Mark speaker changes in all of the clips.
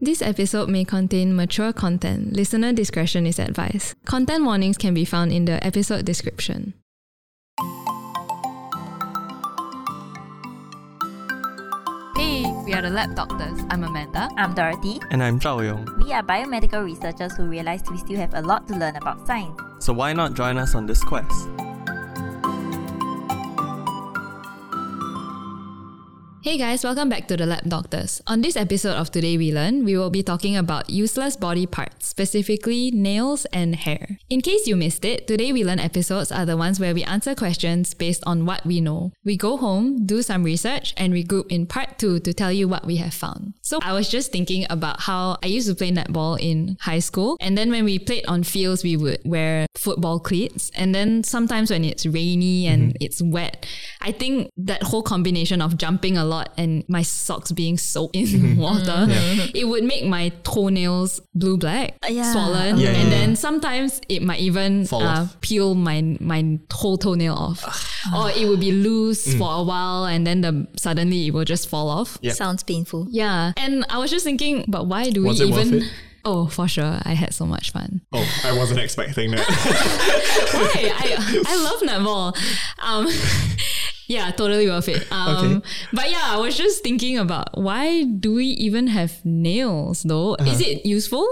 Speaker 1: This episode may contain mature content. Listener discretion is advised. Content warnings can be found in the episode description. Hey, we are the Lab Doctors. I'm Amanda.
Speaker 2: I'm Dorothy.
Speaker 3: And I'm Zhao Yong.
Speaker 2: We are biomedical researchers who realize we still have a lot to learn about science.
Speaker 3: So why not join us on this quest?
Speaker 1: Hey guys, welcome back to the Lab Doctors. On this episode of Today We Learn, we will be talking about useless body parts, specifically nails and hair. In case you missed it, Today We Learn episodes are the ones where we answer questions based on what we know. We go home, do some research, and regroup in part two to tell you what we have found. So I was just thinking about how I used to play netball in high school, and then when we played on fields, we would wear football cleats, and then sometimes when it's rainy and
Speaker 3: Mm-hmm.
Speaker 1: it's wet, I think that whole combination of jumping a lot and my socks being soaked in
Speaker 3: Mm-hmm.
Speaker 1: water, it would make my toenails blue black,
Speaker 2: yeah.
Speaker 1: swollen,
Speaker 3: Yeah,
Speaker 1: and
Speaker 3: yeah,
Speaker 1: then
Speaker 3: yeah.
Speaker 1: sometimes it might even
Speaker 3: Fall
Speaker 1: uh,
Speaker 3: off.
Speaker 1: peel my my whole toenail off, or it would be loose
Speaker 3: Mm.
Speaker 1: for a while and then the suddenly it will just fall off.
Speaker 3: Yep.
Speaker 2: Sounds painful.
Speaker 1: Yeah, and I was just thinking, but why do
Speaker 4: Was
Speaker 1: we
Speaker 4: it worth
Speaker 1: even?
Speaker 4: it?
Speaker 1: Oh, for sure, I had so much fun.
Speaker 4: Oh, I wasn't expecting that.
Speaker 1: Why? I, I love netball. Um, yeah, totally worth it. Um,
Speaker 3: Okay.
Speaker 1: But yeah, I was just thinking about why do we even have nails though? Is
Speaker 4: Uh-huh.
Speaker 1: it useful?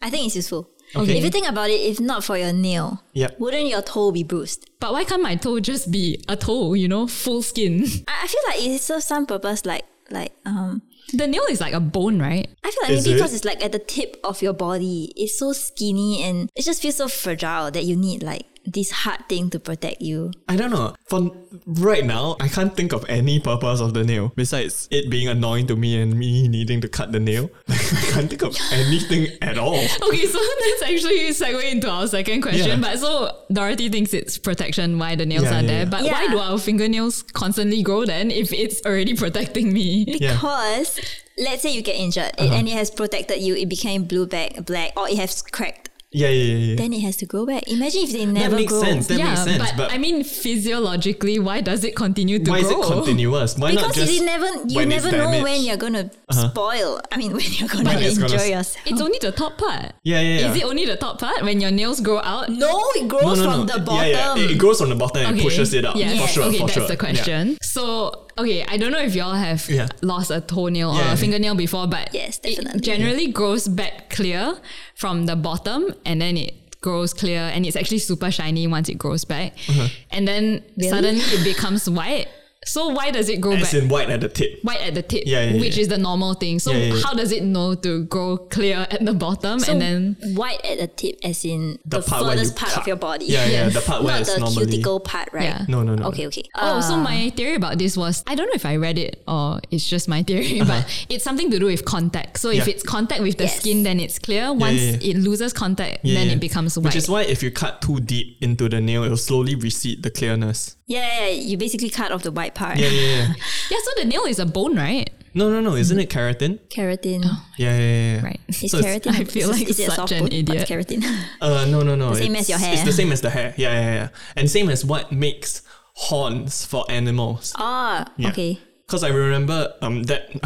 Speaker 2: I think it's useful.
Speaker 1: Okay.
Speaker 2: If you think about it, if not for your nail,
Speaker 3: Yep.
Speaker 2: wouldn't your toe be bruised?
Speaker 1: But why can't my toe just be a toe, you know, full skin?
Speaker 2: I, I feel like it serves some purpose, like like um.
Speaker 1: The nail is like a bone, right?
Speaker 2: I feel like
Speaker 4: Is
Speaker 2: maybe because
Speaker 4: it?
Speaker 2: it's like at the tip of your body, it's so skinny and it just feels so fragile that you need like this hard thing to protect you.
Speaker 4: I don't know. For right now, I can't think of any purpose of the nail besides it being annoying to me and me needing to cut the nail. I can't think of anything at all.
Speaker 1: Okay, so that's actually segue into our second question.
Speaker 4: Yeah.
Speaker 1: But so Dorothy thinks it's protection why the nails are
Speaker 4: Yeah, yeah,
Speaker 1: there.
Speaker 4: yeah.
Speaker 1: But
Speaker 2: Yeah.
Speaker 1: why do our fingernails constantly grow then if it's already protecting me?
Speaker 4: Yeah. Uh-huh.
Speaker 2: Because let's say you get injured it- and it has protected you, it became blue back black or it has cracked.
Speaker 4: Yeah, yeah, yeah. yeah.
Speaker 2: Then it has to grow back. Imagine if they never
Speaker 4: that makes
Speaker 2: grow.
Speaker 4: sense. That
Speaker 1: yeah,
Speaker 4: makes sense.
Speaker 1: but,
Speaker 4: But,
Speaker 1: I mean, physiologically, why does it continue to
Speaker 4: why
Speaker 1: grow?
Speaker 4: is it continuous? Why not
Speaker 2: Because
Speaker 4: just
Speaker 2: you never you
Speaker 4: when it's
Speaker 2: never know
Speaker 4: damaged? Uh-huh.
Speaker 2: when you're gonna spoil. I mean when you're gonna
Speaker 4: When it's
Speaker 2: enjoy
Speaker 4: gonna s-
Speaker 2: yourself.
Speaker 1: It's only the top part.
Speaker 4: Yeah, yeah, yeah.
Speaker 1: Is it only the top part when your nails grow out?
Speaker 2: no, it
Speaker 4: no,
Speaker 2: grows
Speaker 4: no,
Speaker 2: from
Speaker 4: no.
Speaker 2: the
Speaker 4: Yeah,
Speaker 2: bottom.
Speaker 4: yeah. It, it grows from the bottom and
Speaker 1: Okay.
Speaker 4: pushes it up.
Speaker 1: Yes.
Speaker 4: For sure,
Speaker 1: okay,
Speaker 4: for
Speaker 1: that's
Speaker 4: sure.
Speaker 1: the
Speaker 4: Yeah.
Speaker 1: question. So, okay, I don't know if y'all have
Speaker 4: Yeah.
Speaker 1: lost a toenail
Speaker 4: Yeah,
Speaker 1: or
Speaker 4: yeah.
Speaker 1: a fingernail before, but
Speaker 2: Yes, definitely.
Speaker 1: it generally grows back clear from the bottom and then it grows clear and it's actually super shiny once it grows back.
Speaker 4: Uh-huh.
Speaker 1: And then
Speaker 2: Really?
Speaker 1: suddenly it becomes white. So why does it grow
Speaker 4: As
Speaker 1: back?
Speaker 4: in white at the tip.
Speaker 1: white at the tip,
Speaker 4: Yeah, yeah, yeah.
Speaker 1: which is the normal thing. So
Speaker 4: Yeah, yeah, yeah.
Speaker 1: how does it know to grow clear at the bottom
Speaker 2: So
Speaker 1: and then
Speaker 2: white at the tip as in the,
Speaker 4: The part where
Speaker 2: furthest
Speaker 4: you
Speaker 2: part of
Speaker 4: cut.
Speaker 2: your body.
Speaker 4: Yeah, yeah,
Speaker 1: Yes.
Speaker 4: the part where
Speaker 2: Not
Speaker 4: it's
Speaker 2: the
Speaker 4: normally.
Speaker 2: cuticle part, right?
Speaker 1: Yeah.
Speaker 4: No, no, no.
Speaker 2: Okay, Uh, okay.
Speaker 1: Oh,
Speaker 4: Uh.
Speaker 1: so my theory about this was I don't know if I read it or it's just my theory, but it's something to do with contact. So if
Speaker 4: Uh-huh. Yeah.
Speaker 1: it's contact with the
Speaker 2: Yes.
Speaker 1: skin, then it's clear. Once
Speaker 4: yeah,
Speaker 1: it loses contact,
Speaker 4: Yeah,
Speaker 1: then
Speaker 4: yeah.
Speaker 1: it becomes white.
Speaker 4: Which is why if you cut too deep into the nail, it'll slowly recede the clearness.
Speaker 2: yeah, yeah, you basically cut off the white part.
Speaker 4: Yeah, yeah, yeah.
Speaker 1: yeah, so the nail is a bone, right?
Speaker 4: No, no, no. Isn't it keratin?
Speaker 2: Keratin.
Speaker 4: Yeah, yeah, yeah.
Speaker 1: Right.
Speaker 2: Is
Speaker 4: So it's-
Speaker 2: Mm-hmm. keratin?
Speaker 1: Oh. I feel
Speaker 2: is-
Speaker 1: like
Speaker 2: is it a
Speaker 1: such
Speaker 2: soft
Speaker 1: an
Speaker 2: bone? But
Speaker 1: idiot.
Speaker 2: Keratin.
Speaker 4: Uh, no, no, no.
Speaker 2: The same as your
Speaker 4: It's-
Speaker 2: hair.
Speaker 4: It's the same as the hair. Yeah, yeah, yeah. And same as what makes horns for animals.
Speaker 2: oh,
Speaker 1: Ah,
Speaker 4: Yeah.
Speaker 2: okay.
Speaker 4: Because I remember um that.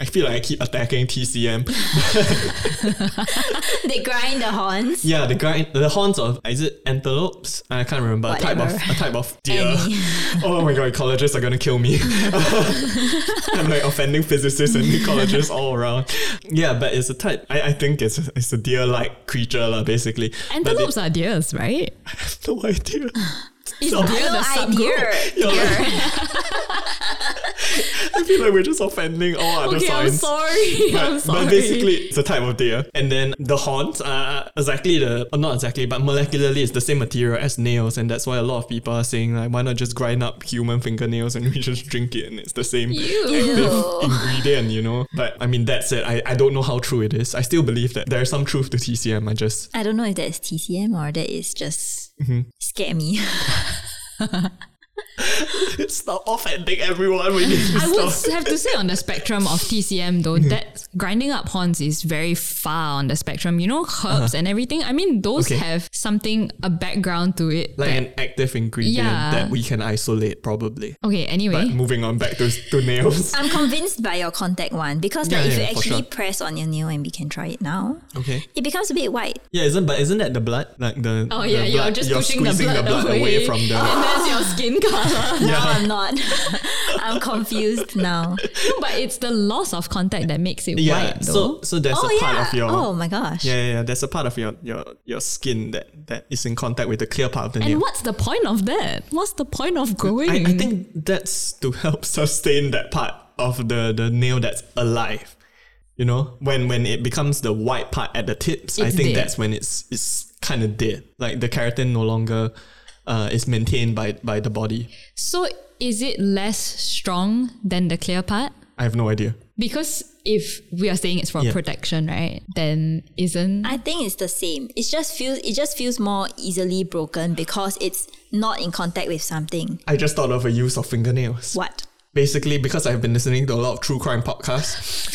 Speaker 4: I feel like I keep attacking TCM.
Speaker 2: They grind the horns.
Speaker 4: Yeah, the grind, the horns of is it antelopes? I can't remember. A type of
Speaker 2: Whatever.
Speaker 4: a type of deer.
Speaker 2: Any.
Speaker 4: oh my god, ecologists are gonna kill me. I'm like offending physicists and ecologists all around. Yeah, but it's a type. I, I think it's a, it's a deer-like creature, lah. Basically, But they-
Speaker 1: Antelopes are deers, right?
Speaker 4: no idea.
Speaker 1: Is
Speaker 4: So-
Speaker 1: deer the
Speaker 2: no
Speaker 1: subgroup?
Speaker 2: idea.
Speaker 4: Yeah, like- I feel like we're just offending all other
Speaker 1: Okay, I'm
Speaker 4: signs.
Speaker 1: sorry.
Speaker 4: But,
Speaker 1: I'm
Speaker 4: but
Speaker 1: sorry.
Speaker 4: basically, it's a type of deer. And then the horns are exactly the, or not exactly, but molecularly, it's the same material as nails. And that's why a lot of people are saying, like, why not just grind up human fingernails and we just drink it and it's the same active
Speaker 2: Ew.
Speaker 4: ingredient, you know? But I mean, that's it. I, I don't know how true it is. I still believe that there's some truth to TCM. I just,
Speaker 2: I don't
Speaker 4: Mm-hmm.
Speaker 2: know if that is TCM or that is just scare me.
Speaker 4: Stop offending everyone with this
Speaker 1: I would
Speaker 4: stuff.
Speaker 1: have to say on the spectrum of TCM though,
Speaker 4: Hmm.
Speaker 1: that grinding up horns is very far on the spectrum. You know, herbs and everything. I mean, those
Speaker 4: Uh-huh. Okay.
Speaker 1: have something a background to it.
Speaker 4: Like
Speaker 1: that-
Speaker 4: an active ingredient
Speaker 1: Yeah.
Speaker 4: that we can isolate, probably.
Speaker 1: okay. Anyway,
Speaker 4: But moving on back to, to nails.
Speaker 2: I'm convinced by your contact one because like
Speaker 4: Yeah,
Speaker 2: if
Speaker 4: yeah,
Speaker 2: you
Speaker 4: for
Speaker 2: actually
Speaker 4: sure.
Speaker 2: press on your nail and we can try it now,
Speaker 4: Okay.
Speaker 2: it becomes a bit white.
Speaker 4: Yeah, isn't but isn't that the blood? Like the
Speaker 1: oh
Speaker 4: the
Speaker 1: yeah, you're
Speaker 4: blood-
Speaker 1: just pushing the
Speaker 4: squeezing
Speaker 1: blood,
Speaker 4: away. from the
Speaker 1: and that's your skin color.
Speaker 2: No, I'm not. I'm confused now.
Speaker 1: but it's the loss of contact that makes it
Speaker 4: yeah.
Speaker 1: white
Speaker 4: so
Speaker 1: though.
Speaker 4: so there's
Speaker 2: oh
Speaker 4: a part
Speaker 2: yeah.
Speaker 4: of your
Speaker 2: oh my gosh.
Speaker 4: yeah, yeah yeah there's a part of your your your skin that that is in contact with the clear part of the
Speaker 1: and
Speaker 4: nail.
Speaker 1: what's the point of that? What's the point of growing?
Speaker 4: I, I think that's to help sustain that part of the the nail that's alive. You know, when when it becomes the white part at the tips, I
Speaker 1: It's
Speaker 4: think
Speaker 1: dead.
Speaker 4: that's when it's it's kind of dead. Like the keratin no longer uh, is maintained by by the body.
Speaker 1: so. Is it less strong than the clear part?
Speaker 4: I have no idea.
Speaker 1: Because if we are saying it's for
Speaker 4: Yeah.
Speaker 1: protection, right? Then isn't
Speaker 2: I think it's the same. It just feels it just feels more easily broken because it's not in contact with something.
Speaker 4: I just thought of a use of fingernails.
Speaker 2: What?
Speaker 4: Basically, because I've been listening to a lot of true crime podcasts.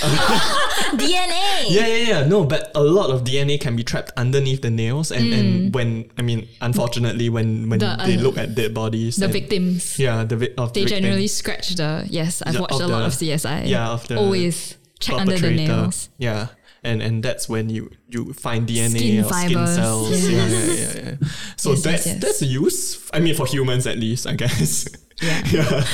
Speaker 2: DNA.
Speaker 4: Yeah, yeah, yeah. No, but a lot of DNA can be trapped underneath the nails, and, and when I mean, unfortunately, when when
Speaker 1: Hmm. The,
Speaker 4: they
Speaker 1: uh,
Speaker 4: look at dead bodies,
Speaker 1: the
Speaker 4: and-
Speaker 1: victims?
Speaker 4: Yeah, the vi- of
Speaker 1: They
Speaker 4: the victim.
Speaker 1: generally scratch the yes. I've
Speaker 4: Yeah,
Speaker 1: watched a
Speaker 4: of
Speaker 1: lot
Speaker 4: the-
Speaker 1: of CSI.
Speaker 4: yeah, of the
Speaker 1: always check under the
Speaker 4: perpetrator.
Speaker 1: nails.
Speaker 4: Yeah. And and that's when you you find DNA
Speaker 1: Skin
Speaker 4: or
Speaker 1: fibers.
Speaker 4: skin cells. Yeah, yeah, yeah, yeah. So
Speaker 1: Yes, yes,
Speaker 4: that's
Speaker 1: yes.
Speaker 4: that's a use. I mean for humans at least, I guess. Yeah.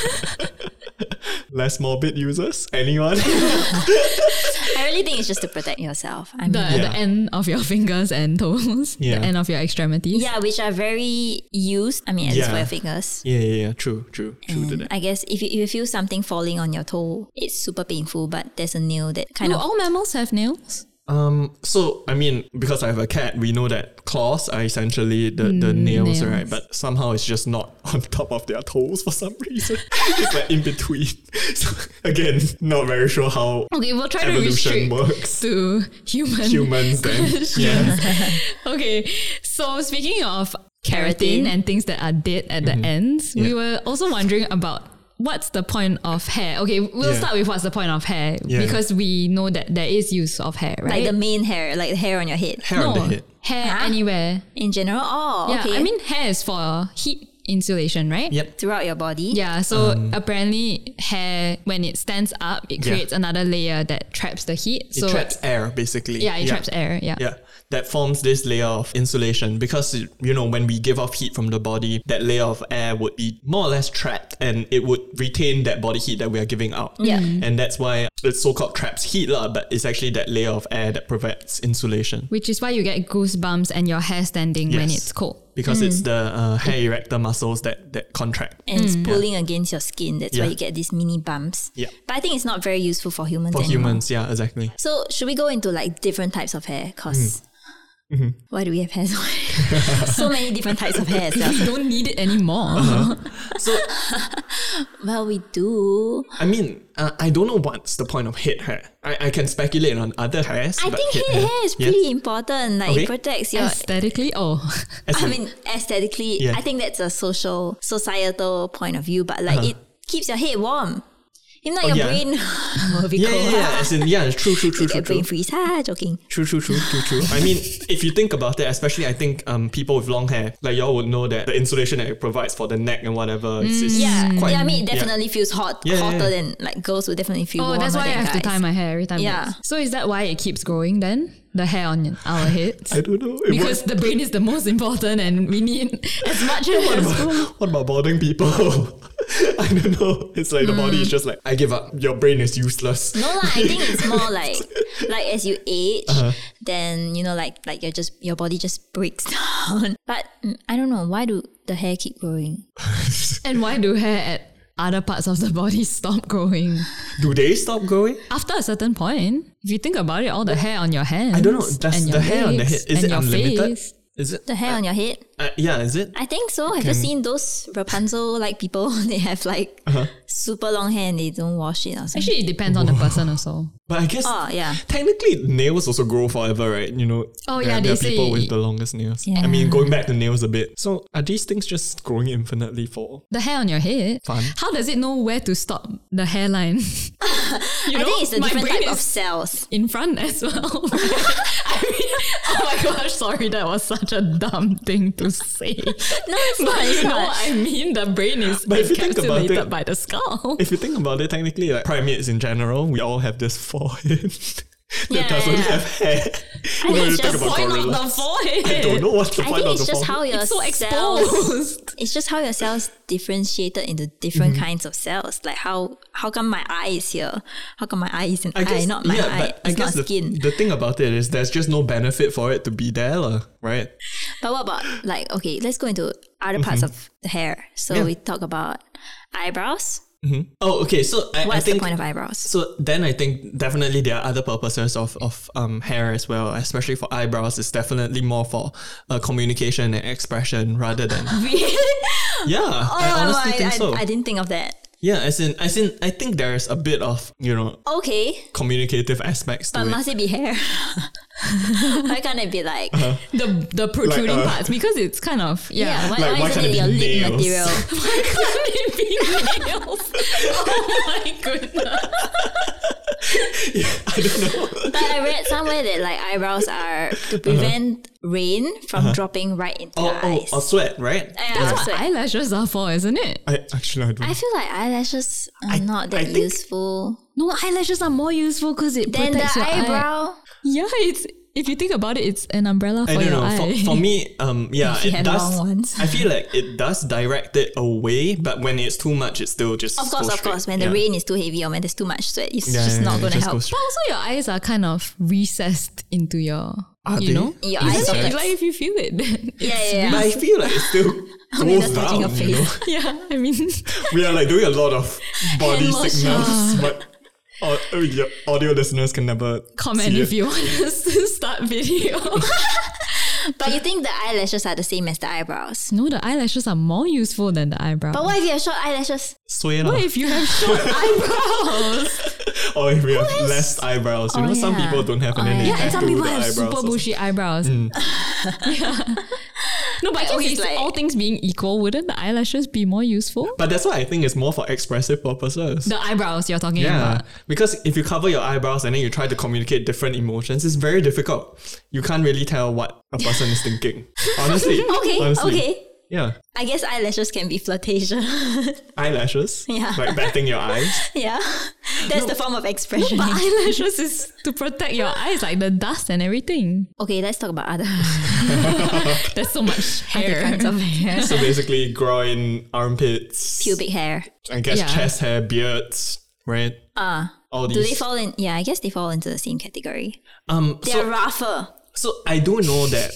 Speaker 4: Less morbid users? Anyone?
Speaker 2: I really think it's just to protect yourself. I mean,
Speaker 1: The,
Speaker 4: Yeah.
Speaker 1: the end of your fingers and toes.
Speaker 4: Yeah.
Speaker 1: The end of your extremities.
Speaker 2: yeah, which are very used. I mean, at least for
Speaker 4: Yeah.
Speaker 2: your fingers.
Speaker 4: yeah, yeah, yeah. True, true, true to
Speaker 2: And
Speaker 4: that.
Speaker 2: Mm, I guess if you, if you feel something falling on your toe, it's super painful. But there's a nail that kind
Speaker 1: Do
Speaker 2: of
Speaker 1: all mammals have nails?
Speaker 4: Um, so I mean, because I have a cat, we know that claws are essentially the, the nails,
Speaker 1: Mm, nails.
Speaker 4: right? But somehow it's just not on top of their toes for some reason. it's like in between. So, again, not very sure how
Speaker 1: Okay, we'll try to
Speaker 4: evolution
Speaker 1: restrict
Speaker 4: works.
Speaker 1: to human.
Speaker 4: Humans then. Yeah.
Speaker 1: Okay, so speaking of
Speaker 2: Keratin.
Speaker 1: keratin and things that are dead at the ends, we
Speaker 4: Mm-hmm. Yeah.
Speaker 1: were also wondering about what's the point of hair. Okay, we'll
Speaker 4: Yeah.
Speaker 1: start with what's the point of hair
Speaker 4: Yeah.
Speaker 1: because we know that there is use of hair,
Speaker 2: like
Speaker 1: right?
Speaker 2: the main hair, like the hair on your head
Speaker 4: Hair on the head.
Speaker 1: hair
Speaker 2: Huh?
Speaker 1: anywhere.
Speaker 2: in general. Oh,
Speaker 1: Yeah,
Speaker 2: okay.
Speaker 1: I mean hair is for heat insulation, right?
Speaker 4: Yep.
Speaker 2: throughout your body.
Speaker 1: Yeah, so apparently hair when it stands up, it
Speaker 4: Um, Yeah.
Speaker 1: creates another layer that traps the heat.
Speaker 4: It
Speaker 1: so
Speaker 4: traps air basically.
Speaker 1: yeah, it traps air. Yeah.
Speaker 4: Yeah, that forms this layer of insulation because you know when we give off heat from the body, that layer of air would be more or less trapped, and it would retain that body heat that we are giving out.
Speaker 2: Yeah. Mm.
Speaker 4: and that's why it's so-called traps heat lah, but it's actually that layer of air that prevents insulation
Speaker 1: Which is why you get goosebumps and your hair standing when
Speaker 4: Yes.
Speaker 1: it's cold.
Speaker 4: because it's the uh, hair erector muscles that that contract.
Speaker 2: And
Speaker 1: Mm.
Speaker 2: it's pulling against your skin. That's why
Speaker 4: Yeah.
Speaker 2: you get these mini bumps.
Speaker 4: Yeah.
Speaker 2: But I think it's not very useful for humans.
Speaker 4: For
Speaker 2: anymore.
Speaker 4: humans, yeah, exactly.
Speaker 2: So should we go into like different types of hair? because
Speaker 4: Mm. Mm-hmm.
Speaker 2: Why do we have hair? So many? so many different types of hair. as well.
Speaker 1: You don't need it anymore.
Speaker 4: Uh-huh. So
Speaker 2: Well, we do.
Speaker 4: I mean, uh, I don't know what's the point of head hair. I, I can speculate on other hairs.
Speaker 2: I
Speaker 4: but
Speaker 2: think
Speaker 4: head
Speaker 2: hair, hair is
Speaker 4: Yes.
Speaker 2: pretty important. Like
Speaker 4: Okay.
Speaker 2: it protects your.
Speaker 1: Aesthetically, oh,
Speaker 4: As
Speaker 2: I
Speaker 4: in-
Speaker 2: mean, aesthetically,
Speaker 4: Yeah.
Speaker 2: I think that's a social, societal point of view. But like, it keeps your head warm. If not, your
Speaker 4: Uh-huh. Oh, yeah.
Speaker 2: brain will be
Speaker 4: yeah,
Speaker 2: cold.
Speaker 4: yeah, yeah. As in, yeah, true, true, true,
Speaker 2: You
Speaker 4: true,
Speaker 2: get
Speaker 4: true.
Speaker 2: brain freeze. Ah, joking.
Speaker 4: True, true, true, true, true. I mean, if you think about it, especially I think um, people with long hair, like y'all would know that the insulation that it provides for the neck and whatever is, is
Speaker 2: Mm, Yeah,
Speaker 4: Mm. quite.
Speaker 2: yeah. I mean, it definitely feels hot,
Speaker 4: Yeah, yeah,
Speaker 2: hotter
Speaker 4: yeah.
Speaker 2: than like girls would definitely feel.
Speaker 1: oh,
Speaker 2: warmer
Speaker 1: that's why I
Speaker 2: than
Speaker 1: have to
Speaker 2: guys.
Speaker 1: tie my hair every time.
Speaker 2: Yeah.
Speaker 1: it's- So is that why it keeps growing then? The hair on our heads.
Speaker 4: I don't know. It
Speaker 1: Because the brain is the most important, and we need as much hair as possible.
Speaker 4: works. what about balding people? I don't know. It's like the body is just like I give up. Your brain is useless.
Speaker 2: Mm. No lah, I think it's more like like as you age,
Speaker 4: Uh-huh.
Speaker 2: then you know like like your just your body just breaks down. But mm, I don't know why do the hair keep growing?
Speaker 1: And why do hair at other parts of the body stop growing
Speaker 4: Do they stop growing?
Speaker 1: after a certain point? If you think about it, all the hair on your hands.
Speaker 4: I don't know. Does
Speaker 1: and your
Speaker 4: the hair on the head
Speaker 1: legs
Speaker 4: is
Speaker 1: and
Speaker 4: it
Speaker 1: your
Speaker 4: unlimited?
Speaker 1: face.
Speaker 4: Is it?
Speaker 2: The hair on your head?
Speaker 4: Uh, yeah, is it?
Speaker 2: I think so. Have you seen those Rapunzel like people? they have like
Speaker 4: Uh-huh.
Speaker 2: super long hair and they don't wash it or something.
Speaker 1: Actually, it depends on the person also.
Speaker 4: But I guess
Speaker 2: Oh, yeah.
Speaker 4: technically nails also grow forever, right? You know,
Speaker 1: Oh,
Speaker 4: there-
Speaker 1: yeah,
Speaker 4: there are
Speaker 1: they
Speaker 4: people
Speaker 1: say-
Speaker 4: with the longest nails.
Speaker 2: Yeah.
Speaker 4: I mean, going back to nails a bit. So are these things just growing infinitely for?
Speaker 1: The hair on your head.
Speaker 4: Fun.
Speaker 1: How does it know where to stop the hairline? you
Speaker 2: I think it's a
Speaker 1: my
Speaker 2: different
Speaker 1: brain
Speaker 2: type of
Speaker 1: is
Speaker 2: cells.
Speaker 1: in front as well. I mean, oh my gosh, sorry, that was such a dumb thing to say.
Speaker 2: No, it's not.
Speaker 1: But
Speaker 2: It's
Speaker 1: you know
Speaker 2: not.
Speaker 1: what I mean? The brain is
Speaker 4: But if you think about
Speaker 1: encapsulated
Speaker 4: it-
Speaker 1: by the skull.
Speaker 4: If you think about it, technically, like primates in general, we all have this forehead that
Speaker 2: Yeah,
Speaker 4: doesn't
Speaker 2: yeah, yeah.
Speaker 4: have hair.
Speaker 2: think
Speaker 4: When
Speaker 2: it's
Speaker 4: you
Speaker 2: just
Speaker 4: think
Speaker 2: the
Speaker 4: about
Speaker 1: Why
Speaker 4: gorillas.
Speaker 1: not the forehead?
Speaker 4: I don't know what's the
Speaker 2: I
Speaker 4: point
Speaker 2: think
Speaker 4: of
Speaker 2: it's
Speaker 4: the
Speaker 2: just
Speaker 4: forehead.
Speaker 2: how your
Speaker 1: It's so
Speaker 2: cells.
Speaker 1: exposed.
Speaker 2: It's just how your cells differentiated into different
Speaker 4: Mm-hmm.
Speaker 2: kinds of cells. Like how how come my eye is here? How come my eye is an eye, not my eye? It's
Speaker 4: I guess
Speaker 2: not
Speaker 4: the,
Speaker 2: skin.
Speaker 4: the thing about it is there's just no benefit for it to be there, lah, right?
Speaker 2: But what about like okay, let's go into other parts of the hair. So
Speaker 4: Mm-hmm. Yeah.
Speaker 2: we talk about eyebrows.
Speaker 4: Oh, okay. So I, I
Speaker 2: What's
Speaker 4: think
Speaker 2: the point of eyebrows?
Speaker 4: So then I think definitely there are other purposes of, of um, hair as well, especially for eyebrows. It's definitely more for uh, communication and expression rather than. Yeah, I honestly
Speaker 2: my-
Speaker 4: think
Speaker 2: Oh, I,
Speaker 4: so.
Speaker 2: I didn't think of that.
Speaker 4: yeah, as in, as in, I think there is a bit of, you know,
Speaker 2: Okay,
Speaker 4: communicative aspects to
Speaker 2: but
Speaker 4: it.
Speaker 2: must it be hair? why can't it be like
Speaker 4: Uh-huh.
Speaker 1: The the protruding
Speaker 4: uh,
Speaker 1: parts because it's kind of
Speaker 2: yeah?
Speaker 1: yeah.
Speaker 2: why,
Speaker 4: Like, why
Speaker 2: why isn't
Speaker 4: can't
Speaker 2: it
Speaker 4: it
Speaker 2: your
Speaker 4: be
Speaker 2: lip
Speaker 4: nails?
Speaker 2: material?
Speaker 1: Why can't it be nails? Oh my goodness!
Speaker 4: I don't know. Uh-huh.
Speaker 2: But I read somewhere that like eyebrows are to prevent rain from dropping right into your
Speaker 4: Oh, oh,
Speaker 2: eyes.
Speaker 4: or sweat, right?
Speaker 2: Yeah,
Speaker 1: That's
Speaker 2: that's
Speaker 1: what
Speaker 2: what-
Speaker 1: eyelashes are for, isn't it?
Speaker 4: I actually I don't.
Speaker 2: I feel like eyelashes are not that
Speaker 4: I think-
Speaker 2: useful.
Speaker 1: No, eyelashes are more useful because it
Speaker 2: Then the
Speaker 1: protects your eye.
Speaker 2: eyebrow.
Speaker 1: Yeah, it's if you think about it, it's an umbrella for
Speaker 4: I don't
Speaker 1: your
Speaker 4: know.
Speaker 1: eye.
Speaker 4: For, for me, um, yeah,
Speaker 2: If you
Speaker 4: it
Speaker 2: had
Speaker 4: does.
Speaker 2: long ones.
Speaker 4: I feel like it does direct it away, but when it's too much, it still just
Speaker 2: Of course,
Speaker 4: goes
Speaker 2: of course.
Speaker 4: straight.
Speaker 2: When the
Speaker 4: Yeah.
Speaker 2: rain is too heavy or when there's too much sweat, it's
Speaker 4: Yeah,
Speaker 2: just
Speaker 4: yeah,
Speaker 2: not
Speaker 4: yeah,
Speaker 2: going to
Speaker 4: just
Speaker 2: help.
Speaker 4: goes
Speaker 1: but also your eyes are kind of recessed into your
Speaker 4: Are
Speaker 1: you
Speaker 4: they?
Speaker 1: know
Speaker 2: Your
Speaker 1: Isn't
Speaker 2: eyes
Speaker 1: it?
Speaker 2: sockets.
Speaker 1: like if you feel it then it's
Speaker 2: Yeah, yeah,
Speaker 4: But
Speaker 2: yeah.
Speaker 4: I feel like it still
Speaker 2: mean,
Speaker 4: goes
Speaker 2: that's touching
Speaker 4: down.
Speaker 2: your
Speaker 4: You know?
Speaker 2: face.
Speaker 1: yeah I mean
Speaker 4: We are like doing a lot of body
Speaker 2: Hand motion.
Speaker 4: signals, but au- I mean, your audio listeners can never
Speaker 1: comment
Speaker 4: see
Speaker 1: if
Speaker 4: it.
Speaker 1: you want us to start video
Speaker 2: But you think the eyelashes are the same as the eyebrows?
Speaker 1: no the eyelashes are more useful than the eyebrows
Speaker 2: But what if you have short eyelashes?
Speaker 4: Sway
Speaker 1: what
Speaker 4: lah.
Speaker 1: if you have short eyebrows
Speaker 4: or Oh, if we have less eyebrows. You
Speaker 2: Oh,
Speaker 4: know, some
Speaker 2: yeah.
Speaker 4: people don't have
Speaker 2: Oh,
Speaker 4: and then
Speaker 2: yeah.
Speaker 4: they
Speaker 1: yeah
Speaker 4: have
Speaker 1: and some
Speaker 4: to do
Speaker 1: people
Speaker 4: the
Speaker 1: have
Speaker 4: eyebrows
Speaker 1: super
Speaker 4: also. Mm.
Speaker 1: bushy eyebrows Yeah. no but
Speaker 2: guess
Speaker 1: okay
Speaker 2: it's
Speaker 1: so
Speaker 2: like-
Speaker 1: all things being equal wouldn't the eyelashes be more useful
Speaker 4: But that's why I think it's more for expressive purposes.
Speaker 1: the eyebrows you're talking
Speaker 4: yeah,
Speaker 1: about
Speaker 4: because if you cover your eyebrows and then you try to communicate different emotions, it's very difficult. You can't really tell what a person is thinking. Honestly.
Speaker 2: Okay,
Speaker 4: honestly.
Speaker 2: okay.
Speaker 4: Yeah.
Speaker 2: I guess eyelashes can be flirtation.
Speaker 4: Eyelashes.
Speaker 2: Yeah.
Speaker 4: Like batting your eyes.
Speaker 2: yeah. That's the form of expression.
Speaker 1: but eyelashes is to protect your eyes like the dust and everything
Speaker 2: okay, let's talk about other,
Speaker 1: There's so much
Speaker 2: other
Speaker 1: hair.
Speaker 2: kinds of hair.
Speaker 4: So basically groin, armpits,
Speaker 2: Pubic hair.
Speaker 4: I guess
Speaker 1: Yeah.
Speaker 4: chest hair, beards, right? Ah. All these.
Speaker 2: Do they fall in? Yeah, I guess they fall into the same category.
Speaker 4: um
Speaker 2: They're
Speaker 4: so,
Speaker 2: rougher,
Speaker 4: so I do know that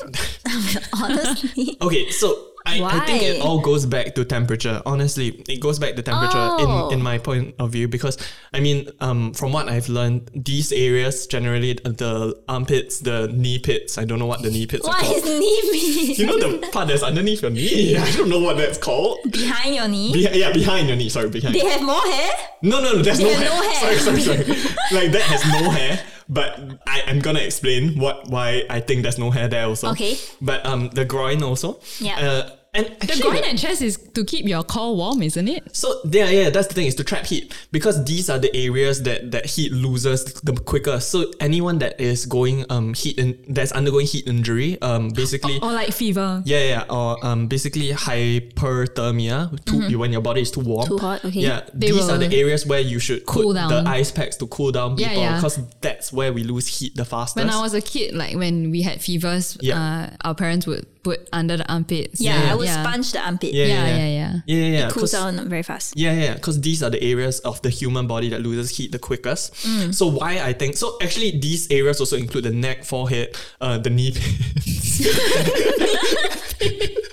Speaker 2: honestly.
Speaker 4: Okay, so I, I think it
Speaker 2: Why?
Speaker 4: all goes back to temperature. Honestly, it goes back to temperature
Speaker 2: Oh.
Speaker 4: in, in my point of view because I mean, um, from what I've learned, these areas generally uh, the armpits, the knee pits. I don't know what the knee pits are
Speaker 2: What is
Speaker 4: called.
Speaker 2: knee
Speaker 4: You know the part that's underneath your knee. I don't know what that's called.
Speaker 2: behind your knee?
Speaker 4: Be- yeah, behind your knee. Sorry, behind.
Speaker 2: they have more hair?
Speaker 4: No, no, no, there's
Speaker 2: They
Speaker 4: no
Speaker 2: have
Speaker 4: hair.
Speaker 2: no hair.
Speaker 4: Sorry, sorry, sorry. like that has no hair. But I, I'm gonna explain what why I think there's no hair there also.
Speaker 2: Okay.
Speaker 4: But um, the groin also.
Speaker 2: Yeah.
Speaker 4: Uh, and
Speaker 1: The
Speaker 4: actually,
Speaker 1: groin and chest is to keep your core warm, isn't it?
Speaker 4: so yeah, yeah, that's the thing is to trap heat because these are the areas that that heat loses the quicker. So anyone that is going um heat in that's undergoing heat injury um basically.
Speaker 1: Or like fever.
Speaker 4: Yeah, yeah, or um, basically hyperthermia, too,
Speaker 1: Mm-hmm.
Speaker 4: when your body is too warm.
Speaker 2: Too hot, okay.
Speaker 4: Yeah,
Speaker 1: They
Speaker 4: these are
Speaker 1: will
Speaker 4: the areas where you should
Speaker 1: cool
Speaker 4: put
Speaker 1: down.
Speaker 4: the ice packs to cool down
Speaker 1: Yeah,
Speaker 4: people
Speaker 1: yeah.
Speaker 4: because that's where we lose heat the fastest.
Speaker 1: When I was a kid, like when we had fevers,
Speaker 4: Yeah.
Speaker 1: uh, our parents would put under the armpits.
Speaker 2: Yeah, I would sponge the armpit.
Speaker 4: yeah, yeah,
Speaker 1: yeah,
Speaker 4: yeah,
Speaker 1: yeah,
Speaker 4: yeah, yeah, yeah,
Speaker 2: Cools
Speaker 4: 'cause-
Speaker 2: down very fast.
Speaker 4: Yeah, yeah, because these are the areas of the human body that loses heat the quickest.
Speaker 2: Mm.
Speaker 4: So why I think so actually these areas also include the neck, forehead, uh, the knee pits.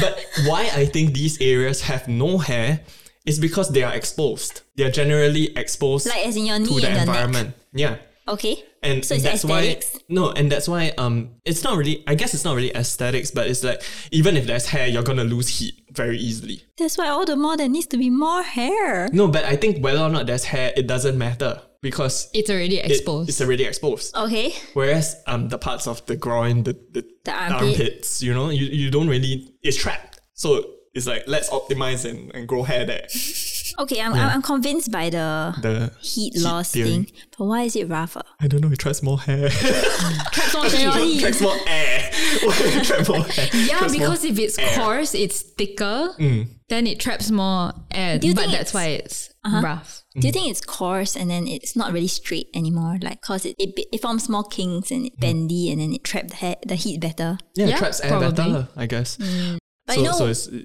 Speaker 4: but why I think these areas have no hair is because they are exposed. They are generally exposed
Speaker 2: Like as in your knee
Speaker 4: to
Speaker 2: and
Speaker 4: the
Speaker 2: the neck.
Speaker 4: environment. Yeah.
Speaker 2: Okay.
Speaker 4: and
Speaker 2: so it's
Speaker 4: that's
Speaker 2: aesthetics.
Speaker 4: why no and that's why um it's not really i guess it's not really aesthetics but it's like even if there's hair you're gonna lose heat very easily
Speaker 2: That's why all the more there needs to be more hair.
Speaker 4: no but i think whether or not there's hair it doesn't matter because it-
Speaker 1: It's already exposed.
Speaker 4: it's already exposed
Speaker 2: Okay.
Speaker 4: whereas um the parts of the groin the, the,
Speaker 2: The armpit.
Speaker 4: armpits you know you, you don't really it's trapped so it's like let's optimize and, and grow hair there
Speaker 2: Okay, I'm, I'm, I'm convinced by the,
Speaker 4: the
Speaker 2: heat loss
Speaker 4: theory.
Speaker 2: thing. But why is it rougher?
Speaker 4: i don't know it traps more hair
Speaker 2: Heat.
Speaker 4: traps more air traps more hair
Speaker 1: yeah,
Speaker 4: traps more- Mm.
Speaker 1: because if it's coarse, it's thicker, then it traps more air.
Speaker 2: Do you
Speaker 1: But
Speaker 2: think
Speaker 1: that's
Speaker 2: it's-
Speaker 1: why it's rough.
Speaker 2: Do
Speaker 4: Mm.
Speaker 2: you think it's coarse and then it's not really straight anymore? Like, cause it, it, it forms more kinks and it
Speaker 4: Mm.
Speaker 2: bendy and then it traps the, hair, the heat better.
Speaker 4: yeah,
Speaker 1: Yeah,
Speaker 4: traps air
Speaker 1: probably.
Speaker 4: better i guess
Speaker 2: Mm. But
Speaker 4: so,
Speaker 2: you know,
Speaker 4: so it's uh,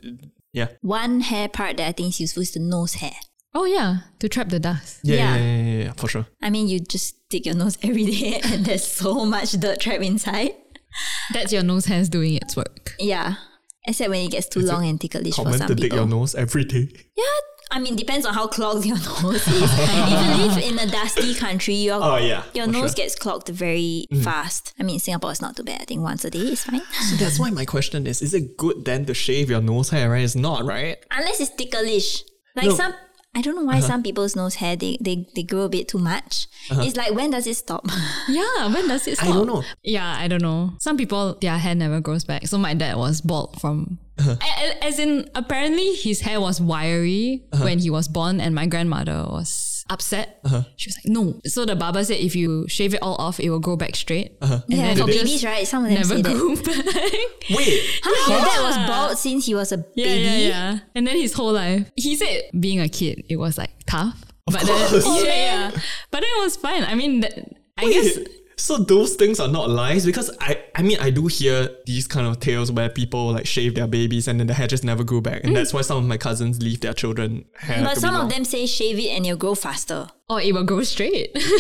Speaker 4: yeah.
Speaker 2: one hair part that I think is useful is the nose hair.
Speaker 1: Oh yeah, to trap the dust.
Speaker 4: Yeah, yeah.
Speaker 2: Yeah.
Speaker 4: Yeah, yeah, yeah, yeah, for sure.
Speaker 2: I mean, you just dig your nose every day and there's so much dirt trapped inside.
Speaker 1: That's your nose hairs doing its work.
Speaker 2: Yeah. Except when it gets too
Speaker 4: Is it
Speaker 2: long and ticklish for
Speaker 4: Common
Speaker 2: some
Speaker 4: to dig
Speaker 2: people.
Speaker 4: your nose every day.
Speaker 2: Yeah, I mean, depends on how clogged your nose is. if you live in a dusty country, your,
Speaker 4: Oh, yeah,
Speaker 2: your
Speaker 4: for
Speaker 2: nose
Speaker 4: sure. Mm.
Speaker 2: gets clogged very fast. I mean, in Singapore, it's not too bad. I think once a day is fine.
Speaker 4: That's why my question is: Is it good then to shave your nose hair? Right? It's not, right?
Speaker 2: Unless it's ticklish. Like
Speaker 4: No. Uh-huh.
Speaker 2: some, I don't know why some people's nose hair, they, they, they grow a bit too much. It's like, when does it stop?
Speaker 1: Yeah, when does it
Speaker 4: I
Speaker 1: stop?
Speaker 4: don't know.
Speaker 1: Yeah, I don't know. Some people, their hair never grows back. So my dad was bald from.
Speaker 4: Uh-huh.
Speaker 1: A- a- As in, apparently his hair was wiry
Speaker 4: Uh-huh.
Speaker 1: when he was born, and my grandmother was upset. She was like, no. So the barber said, if you shave it all off, it will grow back straight.
Speaker 4: Uh-huh.
Speaker 1: And
Speaker 2: yeah,
Speaker 1: then
Speaker 2: for
Speaker 1: it just
Speaker 2: babies, right? Some of them
Speaker 1: never
Speaker 2: say that.
Speaker 1: grew back.
Speaker 4: Wait,
Speaker 2: Huh? Your dad was bald since he was a
Speaker 1: Yeah,
Speaker 2: baby.
Speaker 1: yeah, yeah. And then his whole life, he said being a kid, it was like tough. but then,
Speaker 4: course. Oh,
Speaker 1: yeah, yeah. But then it was fun. I mean, that, I guess
Speaker 4: so those things are not lies because I, I mean, I do hear these kind of tales where people like shave their babies and then the hair just never grew back, and
Speaker 1: Mm.
Speaker 4: that's why some of my cousins leave their children hair.
Speaker 2: But
Speaker 4: to be
Speaker 2: some
Speaker 4: long.
Speaker 2: of them say shave it and you'll grow faster.
Speaker 1: or Oh, it will grow straight.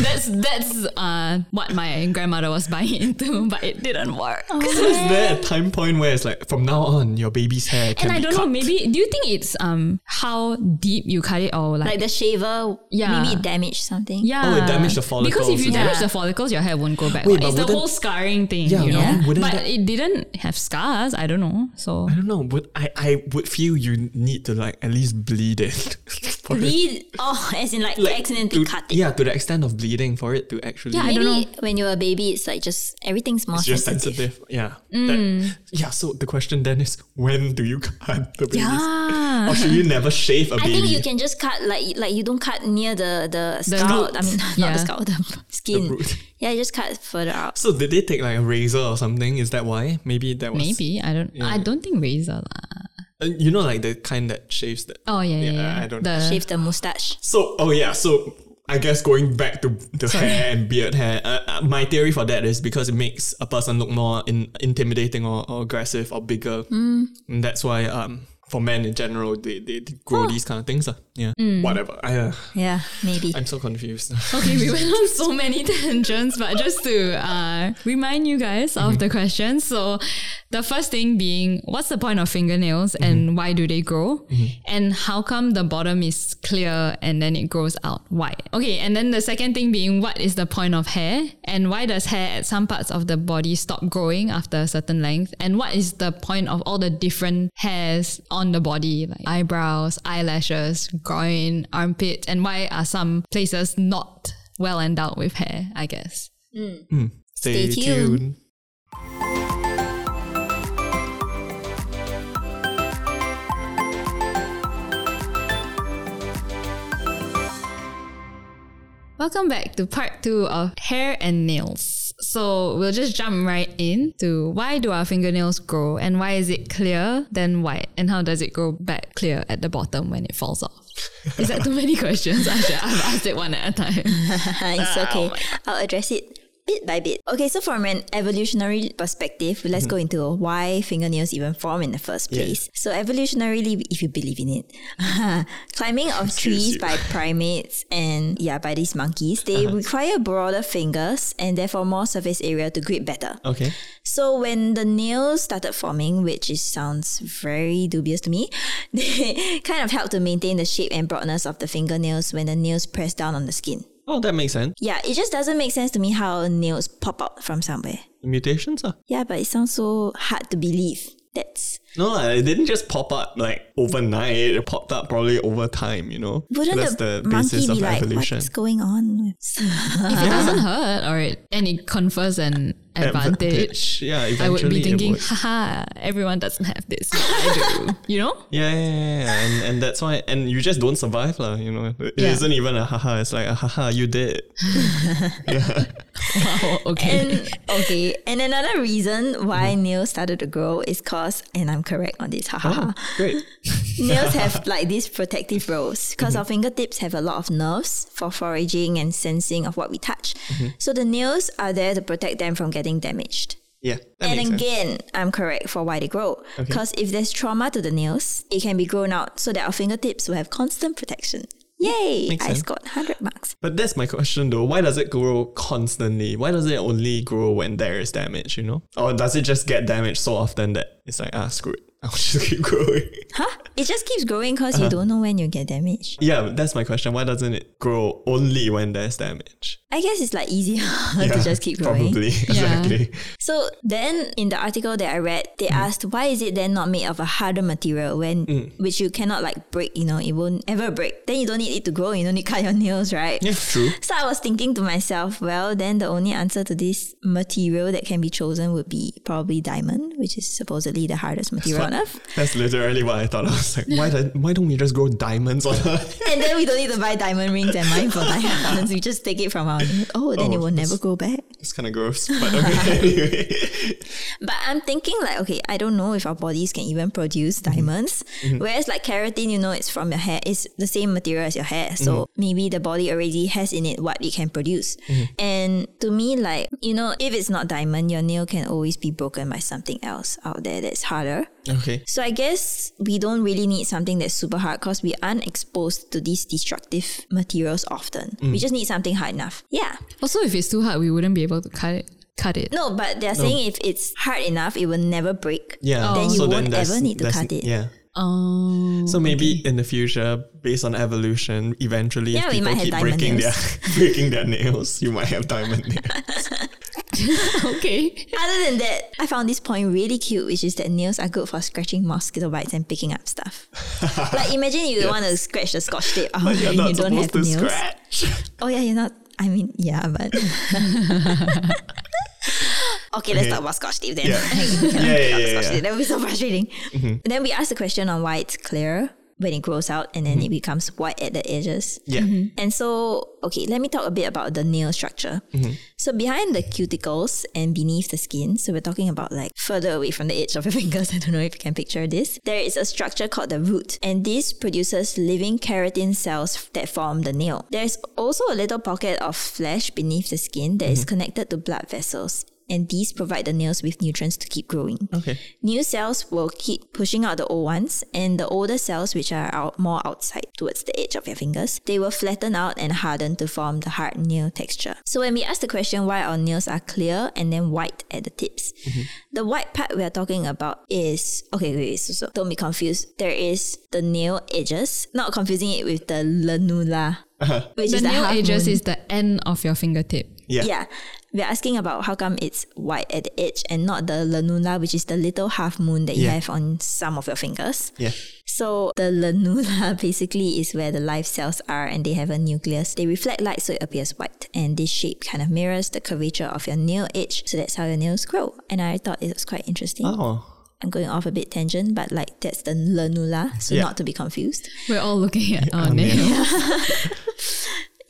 Speaker 1: that's that's uh, what my grandmother was buying into, but it didn't work.
Speaker 4: So is there a time point where it's like from now on your baby's hair can
Speaker 1: and I
Speaker 4: be
Speaker 1: don't know,
Speaker 4: cut?
Speaker 1: maybe do you think it's um how deep you cut it or like,
Speaker 2: Like the shaver,
Speaker 1: Yeah.
Speaker 2: maybe it damaged something.
Speaker 1: yeah?
Speaker 4: Oh, it damaged
Speaker 1: Because
Speaker 4: the
Speaker 1: if
Speaker 4: follicles,
Speaker 1: you
Speaker 4: yeah.
Speaker 1: damage the follicles, your hair won't go back. what?
Speaker 4: Wait, but
Speaker 1: it's the
Speaker 4: wouldn't-
Speaker 1: whole scarring thing.
Speaker 4: Yeah,
Speaker 1: you know?
Speaker 4: right? Wouldn't
Speaker 1: but
Speaker 4: that-
Speaker 1: it didn't have scars. I don't know. So
Speaker 4: I don't know. Would I, I would feel you need to like at least bleed it. for it
Speaker 2: Bleed, oh, as in like, accidentally
Speaker 4: to-
Speaker 2: cut it.
Speaker 4: Yeah, to the extent of bleeding for it to actually.
Speaker 1: Yeah, I
Speaker 2: Maybe
Speaker 1: don't
Speaker 2: when you're a baby, it's like just everything's more
Speaker 4: it's just
Speaker 2: sensitive.
Speaker 4: sensitive. Yeah.
Speaker 1: Mm.
Speaker 4: That- yeah. So the question then is, when do you cut the babies?
Speaker 1: Yeah.
Speaker 4: Or should you never shave a
Speaker 2: I
Speaker 4: baby?
Speaker 2: think you can just cut like like you don't cut near the the
Speaker 1: The
Speaker 2: scalp. I mean,
Speaker 1: root.
Speaker 2: not
Speaker 1: Yeah.
Speaker 2: the scalp, the skin.
Speaker 4: root.
Speaker 2: yeah, you just cut further out.
Speaker 4: so did they take like a razor or something? Is that why? Maybe that was.
Speaker 1: maybe I don't. I don't think razor lah.
Speaker 4: Uh, you know, like the kind that shaves that.
Speaker 1: Oh yeah, yeah,
Speaker 4: Yeah,
Speaker 1: yeah.
Speaker 4: I don't
Speaker 1: the,
Speaker 2: Shave the mustache.
Speaker 4: So oh yeah. So I guess going back to to hair and beard hair, uh, uh, my theory for that is because it makes a person look more in, intimidating or, or aggressive or bigger. And that's why um for men in general they they grow these kind of things. Uh. Yeah. Whatever. I uh,
Speaker 2: Yeah, maybe.
Speaker 4: I'm so confused.
Speaker 1: Okay, we went on so many tangents, but just to uh, remind you guys of the questions. So, the first thing being, what's the point of fingernails and why do they grow? And how come the bottom is clear and then it grows out wide? Okay, and then the second thing being, what is the point of hair and why does hair at some parts of the body stop growing after a certain length? And what is the point of all the different hairs on the body, like eyebrows, eyelashes, groin, armpit, and why are some places not well endowed with hair, I guess.
Speaker 2: Stay
Speaker 4: Stay, tuned.
Speaker 2: tuned.
Speaker 1: Welcome back to part two of hair and nails. So we'll just jump right in to why do our fingernails grow and why is it clear then white and how does it grow back clear at the bottom when it falls off? Is that too many questions? I should, I've asked it one at a time.
Speaker 2: Ah, it's okay. I'll address it bit by bit. Okay, so from an evolutionary perspective, let's go into why fingernails even form in the first place. So evolutionarily, if you believe in it, climbing of trees by primates and yeah, by these monkeys, they require broader fingers and therefore more surface area to grip better.
Speaker 4: Okay.
Speaker 2: So when the nails started forming, which is, sounds very dubious to me, they kind of helped to maintain the shape and broadness of the fingernails when the nails press down on the skin.
Speaker 4: Oh, that makes sense.
Speaker 2: Yeah, it just doesn't make sense to me how nails pop out from somewhere.
Speaker 4: Mutations, ah.
Speaker 2: Yeah, but it sounds so hard to believe. That's
Speaker 4: No, lah, it didn't just pop up like overnight. It popped up probably over time, you know?
Speaker 2: wouldn't
Speaker 4: That's
Speaker 2: the,
Speaker 4: the
Speaker 2: monkey
Speaker 4: basis
Speaker 2: be
Speaker 4: of
Speaker 2: like,
Speaker 4: evolution.
Speaker 2: what's going on?
Speaker 1: If it doesn't hurt or it and it confers an advantage,
Speaker 4: Advantage. Yeah,
Speaker 1: I would
Speaker 4: eventually
Speaker 1: be
Speaker 4: it
Speaker 1: thinking,
Speaker 4: would.
Speaker 1: haha, everyone doesn't have this. but I do. You know?
Speaker 4: Yeah, yeah, yeah, yeah. And, and that's why, and you just don't survive, lah. you know? It
Speaker 1: Yeah.
Speaker 4: not even a haha, it's like a haha, you did.
Speaker 1: Wow, okay.
Speaker 2: and okay, and another reason why
Speaker 4: Mm-hmm.
Speaker 2: nails started to grow is cause, and I'm correct on this,
Speaker 4: Oh.
Speaker 2: haha.
Speaker 4: Great.
Speaker 2: nails have like these protective roles because
Speaker 4: Mm-hmm.
Speaker 2: our fingertips have a lot of nerves for foraging and sensing of what we touch.
Speaker 4: Mm-hmm.
Speaker 2: So the nails are there to protect them from getting damaged.
Speaker 4: Yeah. That
Speaker 2: and
Speaker 4: makes sense.
Speaker 2: again, I'm correct for why they grow.
Speaker 4: Okay.
Speaker 2: Because if there's trauma to the nails, it can be grown out so that our fingertips will have constant protection. Yay!
Speaker 4: Mm, Makes
Speaker 2: I
Speaker 4: sense.
Speaker 2: scored 100 marks.
Speaker 4: But that's my question though. Why does it grow constantly? Why does it only grow when there is damage, you know? Or does it just get damaged so often that it's like, ah, screw it. I'll just keep growing.
Speaker 2: Huh? It just keeps growing because
Speaker 4: Uh-huh.
Speaker 2: you don't know when you get damaged.
Speaker 4: yeah, but that's my question. Why doesn't it grow only when there's damage?
Speaker 2: I guess it's like easier to
Speaker 4: Yeah,
Speaker 2: just keep growing.
Speaker 4: Probably. exactly.
Speaker 2: So then in the article that I read, they
Speaker 4: Mm.
Speaker 2: asked why is it then not made of a harder material when
Speaker 4: Mm.
Speaker 2: which you cannot like break, you know, it won't ever break. Then you don't need it to grow, you don't need to cut your nails, right?
Speaker 4: Yeah, true.
Speaker 2: So I was thinking to myself, well, then the only answer to this material that can be chosen would be probably diamond, which is supposedly the hardest material on earth.
Speaker 4: That's literally what I thought. I was like, why, do, why don't we just grow diamonds on Earth?
Speaker 2: And then we don't need to buy diamond rings and mine for diamonds. We just take it from our oh, then
Speaker 4: Oh,
Speaker 2: it will never
Speaker 4: that's-
Speaker 2: go back.
Speaker 4: It's kind of gross, but okay. anyway.
Speaker 2: But I'm thinking like, okay, I don't know if our bodies can even produce diamonds. Whereas like keratin, you know, it's from your hair. It's the same material as your hair. So maybe the body already has in it what it can produce. And to me, like, you know, if it's not diamond, your nail can always be broken by something else out there that's harder.
Speaker 4: Okay.
Speaker 2: So I guess we don't really need something that's super hard because we aren't exposed to these destructive materials often. We just need something hard enough. Yeah.
Speaker 1: also, if it's too hard, we wouldn't be able to cut it. Cut it.
Speaker 2: No, but they're saying if it's hard enough, it will never break.
Speaker 4: Yeah. Oh,
Speaker 2: Then you won't
Speaker 4: that's-
Speaker 2: ever need to
Speaker 4: that's-
Speaker 2: cut it. Mm-hmm.
Speaker 4: Yeah.
Speaker 1: Um,
Speaker 4: So maybe in the future, based on evolution, eventually
Speaker 2: Yeah,
Speaker 4: if
Speaker 2: we
Speaker 4: people
Speaker 2: might have
Speaker 4: keep
Speaker 2: diamond
Speaker 4: breaking
Speaker 2: nails.
Speaker 4: their breaking their nails, you might have diamond nails.
Speaker 1: okay.
Speaker 2: Other than that, I found this point really cute, which is that nails are good for scratching mosquito bites and picking up stuff. like imagine you want to scratch the scotch tape out
Speaker 4: But
Speaker 2: and
Speaker 4: you're not
Speaker 2: you don't have
Speaker 4: supposed to
Speaker 2: nails.
Speaker 4: scratch.
Speaker 2: Oh yeah, you're not. I mean, yeah, but. Okay, let's
Speaker 4: Okay.
Speaker 2: talk about scotch tape then.
Speaker 4: Yeah.
Speaker 2: We cannot pick up
Speaker 4: Yeah, yeah, yeah,
Speaker 2: scotch
Speaker 4: yeah. Mm-hmm.
Speaker 2: tape. That would be so frustrating. Then we asked the question on why it's clear when it grows out and then
Speaker 4: Mm-hmm.
Speaker 2: it becomes white at the edges.
Speaker 4: Yeah.
Speaker 2: And so, okay, let me talk a bit about the nail structure. So behind the cuticles and beneath the skin, so we're talking about like further away from the edge of your fingers. I don't know if you can picture this. There is a structure called the root, and this produces living keratin cells that form the nail. There is also a little pocket of flesh beneath the skin that is connected to blood vessels. And these provide the nails with nutrients to keep growing.
Speaker 4: Okay.
Speaker 2: New cells will keep pushing out the old ones, and the older cells, which are out, more outside towards the edge of your fingers, they will flatten out and harden to form the hard nail texture. So when we ask the question why our nails are clear and then white at the tips, the white part we are talking about is okay. Wait, wait so, so don't be confused. There is the nail edges, not confusing it with the lanula, which
Speaker 1: The
Speaker 2: is the
Speaker 1: nail
Speaker 2: half
Speaker 1: edges
Speaker 2: moon.
Speaker 1: is the end of your fingertip.
Speaker 4: Yeah.
Speaker 2: Yeah. We're asking about how come it's white at the edge and not the lanula, which is the little half moon that you
Speaker 4: Yeah.
Speaker 2: have on some of your fingers.
Speaker 4: Yeah.
Speaker 2: So the lanula basically is where the live cells are and they have a nucleus. They reflect light so it appears white and this shape kind of mirrors the curvature of your nail edge. So that's how your nails grow. And I thought it was quite interesting.
Speaker 4: Oh.
Speaker 2: I'm going off a bit tangent, but like that's the lanula, so
Speaker 4: Yeah.
Speaker 2: not to be confused.
Speaker 1: We're all looking at our nail.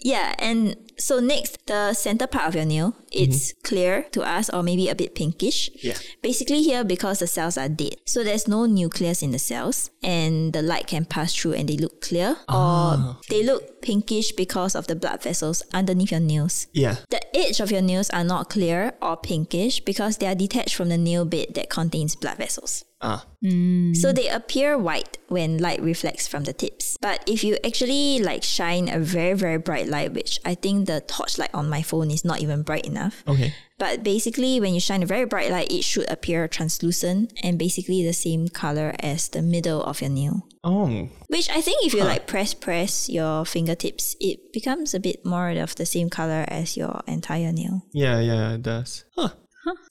Speaker 2: Yeah, and so next, the center part of your nail, it's clear to us or maybe a bit pinkish.
Speaker 4: Yeah.
Speaker 2: Basically here because the cells are dead. So there's no nucleus in the cells and the light can pass through and they look clear or they look pinkish because of the blood vessels underneath your nails.
Speaker 4: Yeah.
Speaker 2: The edge of your nails are not clear or pinkish because they are detached from the nail bed that contains blood vessels. Mm.
Speaker 4: Ah,
Speaker 2: So they appear white when light reflects from the tips. But if you actually like shine a very very bright light, which I think the torchlight on my phone is not even bright enough.
Speaker 4: okay.
Speaker 2: But basically, when you shine a very bright light, it should appear translucent and basically the same color as the middle of your nail.
Speaker 4: Oh,
Speaker 2: Which I think if you like press press your fingertips, it becomes a bit more of the same color as your entire nail.
Speaker 4: yeah, yeah, it does. Huh.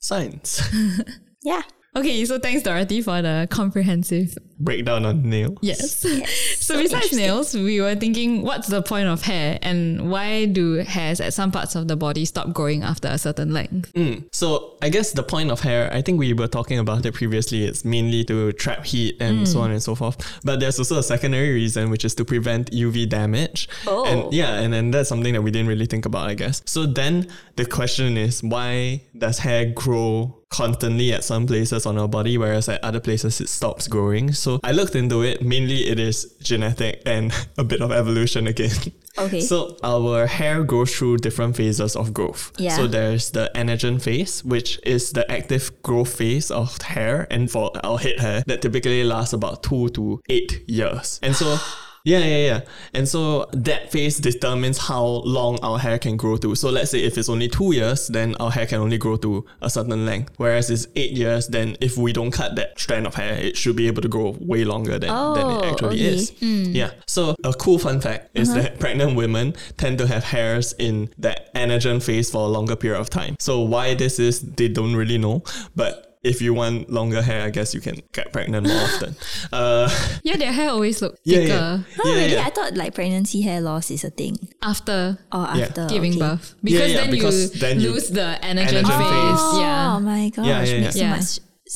Speaker 4: Science.
Speaker 2: Yeah.
Speaker 1: Okay, so thanks Dorothy for the comprehensive
Speaker 4: Breakdown on nail.
Speaker 1: Yes. so,
Speaker 2: So
Speaker 1: besides
Speaker 2: interesting.
Speaker 1: nails, we were thinking what's the point of hair and why do hairs at some parts of the body stop growing after a certain length?
Speaker 4: Mm. So I guess the point of hair, I think we were talking about it previously, it's mainly to trap heat and
Speaker 2: Hmm.
Speaker 4: so on and so forth. But there's also a secondary reason, which is to prevent UV damage.
Speaker 2: Oh.
Speaker 4: And yeah, and then that's something that we didn't really think about, I guess. So then the question is, why does hair grow constantly at some places on our body, whereas at other places it stops growing? So I looked into it. Mainly it is genetic and a bit of evolution again.
Speaker 2: Okay.
Speaker 4: So our hair goes through different phases of growth.
Speaker 2: Yeah.
Speaker 4: So there's the anagen phase, which is the active growth phase of hair, and for our head hair, that typically lasts about two to eight years. And so, yeah, yeah, yeah. And so that phase determines how long our hair can grow to. So let's say if it's only two years, then our hair can only grow to a certain length. Whereas it's eight years, then if we don't cut that strand of hair, it should be able to grow way longer than, than it
Speaker 2: Oh,
Speaker 4: actually
Speaker 2: okay. Uh-huh.
Speaker 4: is. Yeah. So a cool fun fact is that pregnant women tend to have hairs in that anagen phase for a longer period of time. So why this is, they don't really know. But if you want longer hair, I guess you can get pregnant more often. Uh,
Speaker 1: Yeah, their hair always look
Speaker 4: yeah,
Speaker 1: thicker
Speaker 4: yeah,
Speaker 2: Oh,
Speaker 4: yeah,
Speaker 2: really?
Speaker 4: yeah.
Speaker 2: I thought like pregnancy hair loss is a thing.
Speaker 1: after
Speaker 2: Or
Speaker 4: Yeah.
Speaker 2: after
Speaker 1: giving
Speaker 2: okay.
Speaker 1: birth because,
Speaker 4: Ah, yeah,
Speaker 1: then,
Speaker 4: because
Speaker 1: you
Speaker 4: then you-
Speaker 1: lose the anagen,
Speaker 4: Anagen
Speaker 1: phase.
Speaker 4: phase.
Speaker 2: Oh
Speaker 1: Yeah.
Speaker 2: my gosh,
Speaker 4: yeah, yeah.
Speaker 2: makes so
Speaker 1: Yeah.
Speaker 2: much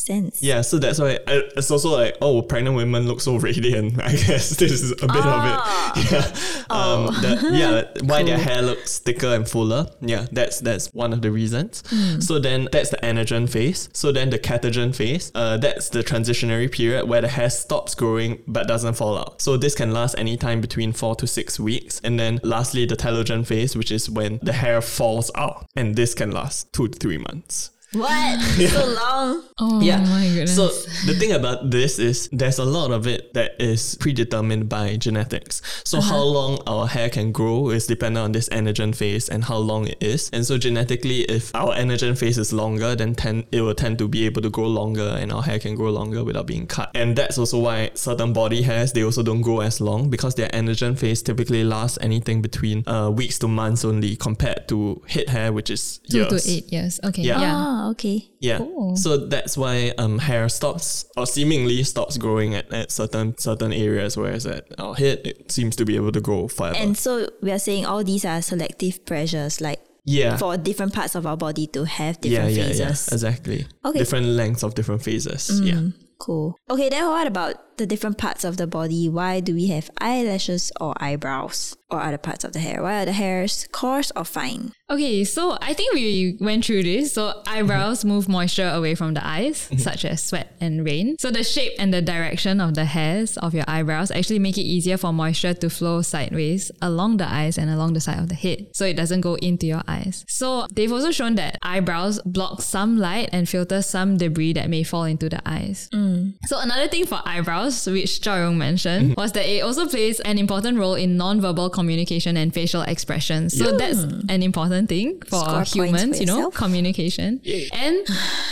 Speaker 2: sense.
Speaker 4: Yeah, so that's why I, it's also like, oh, pregnant women look so radiant. I guess this is a bit of it. Yeah, um, that- yeah, why their hair looks thicker and fuller. Yeah, that's that's one of the reasons. So then that's the anagen phase. So then the catagen phase. Uh, that's the transitionary period where the hair stops growing but doesn't fall out. So this can last any time between four to six weeks. And then lastly, the telogen phase, which is when the hair falls out, and this can last two to three months.
Speaker 2: What? So long.
Speaker 1: Oh
Speaker 4: Yeah.
Speaker 1: my goodness.
Speaker 4: So the thing about this is there's a lot of it that is predetermined by genetics. So how
Speaker 1: Uh-huh.
Speaker 4: long our hair can grow is dependent on this anagen phase and how long it is. And so genetically, if our anagen phase is longer, then tend, it will tend to be able to grow longer and our hair can grow longer without being cut. And that's also why certain body hairs, they also don't grow as long because their anagen phase typically lasts anything between uh, weeks to months only compared to head hair, which is
Speaker 1: two
Speaker 4: years.
Speaker 1: to eight years. Okay.
Speaker 4: Yeah.
Speaker 2: Oh, okay.
Speaker 4: Yeah.
Speaker 1: Cool.
Speaker 4: So that's why um hair stops or seemingly stops growing at, at certain certain areas, whereas at our head it seems to be able to grow forever.
Speaker 2: And so we are saying all these are selective pressures, like
Speaker 4: yeah.
Speaker 2: for different parts of our body to have
Speaker 4: yeah,
Speaker 2: different
Speaker 4: yeah,
Speaker 2: phases.
Speaker 4: yeah. Exactly.
Speaker 2: Okay.
Speaker 4: Different lengths of different phases. Yeah.
Speaker 2: Cool. Okay, then what about the different parts of the body? Why do we have eyelashes or eyebrows or other parts of the hair? Why are the hairs coarse or fine?
Speaker 1: Okay, so I think we went through this. So eyebrows move moisture away from the eyes, such as sweat and rain. So the shape and the direction of the hairs of your eyebrows actually make it easier for moisture to flow sideways along the eyes and along the side of the head. So it doesn't go into your eyes. So they've also shown that eyebrows block some light and filter some debris that may fall into the eyes. So another thing for eyebrows, which Chao Yong mentioned, was that it also plays an important role in nonverbal communication and facial expressions. So that's an important thing for
Speaker 2: Score points for
Speaker 1: humans, you know,
Speaker 2: yourself.
Speaker 1: communication. And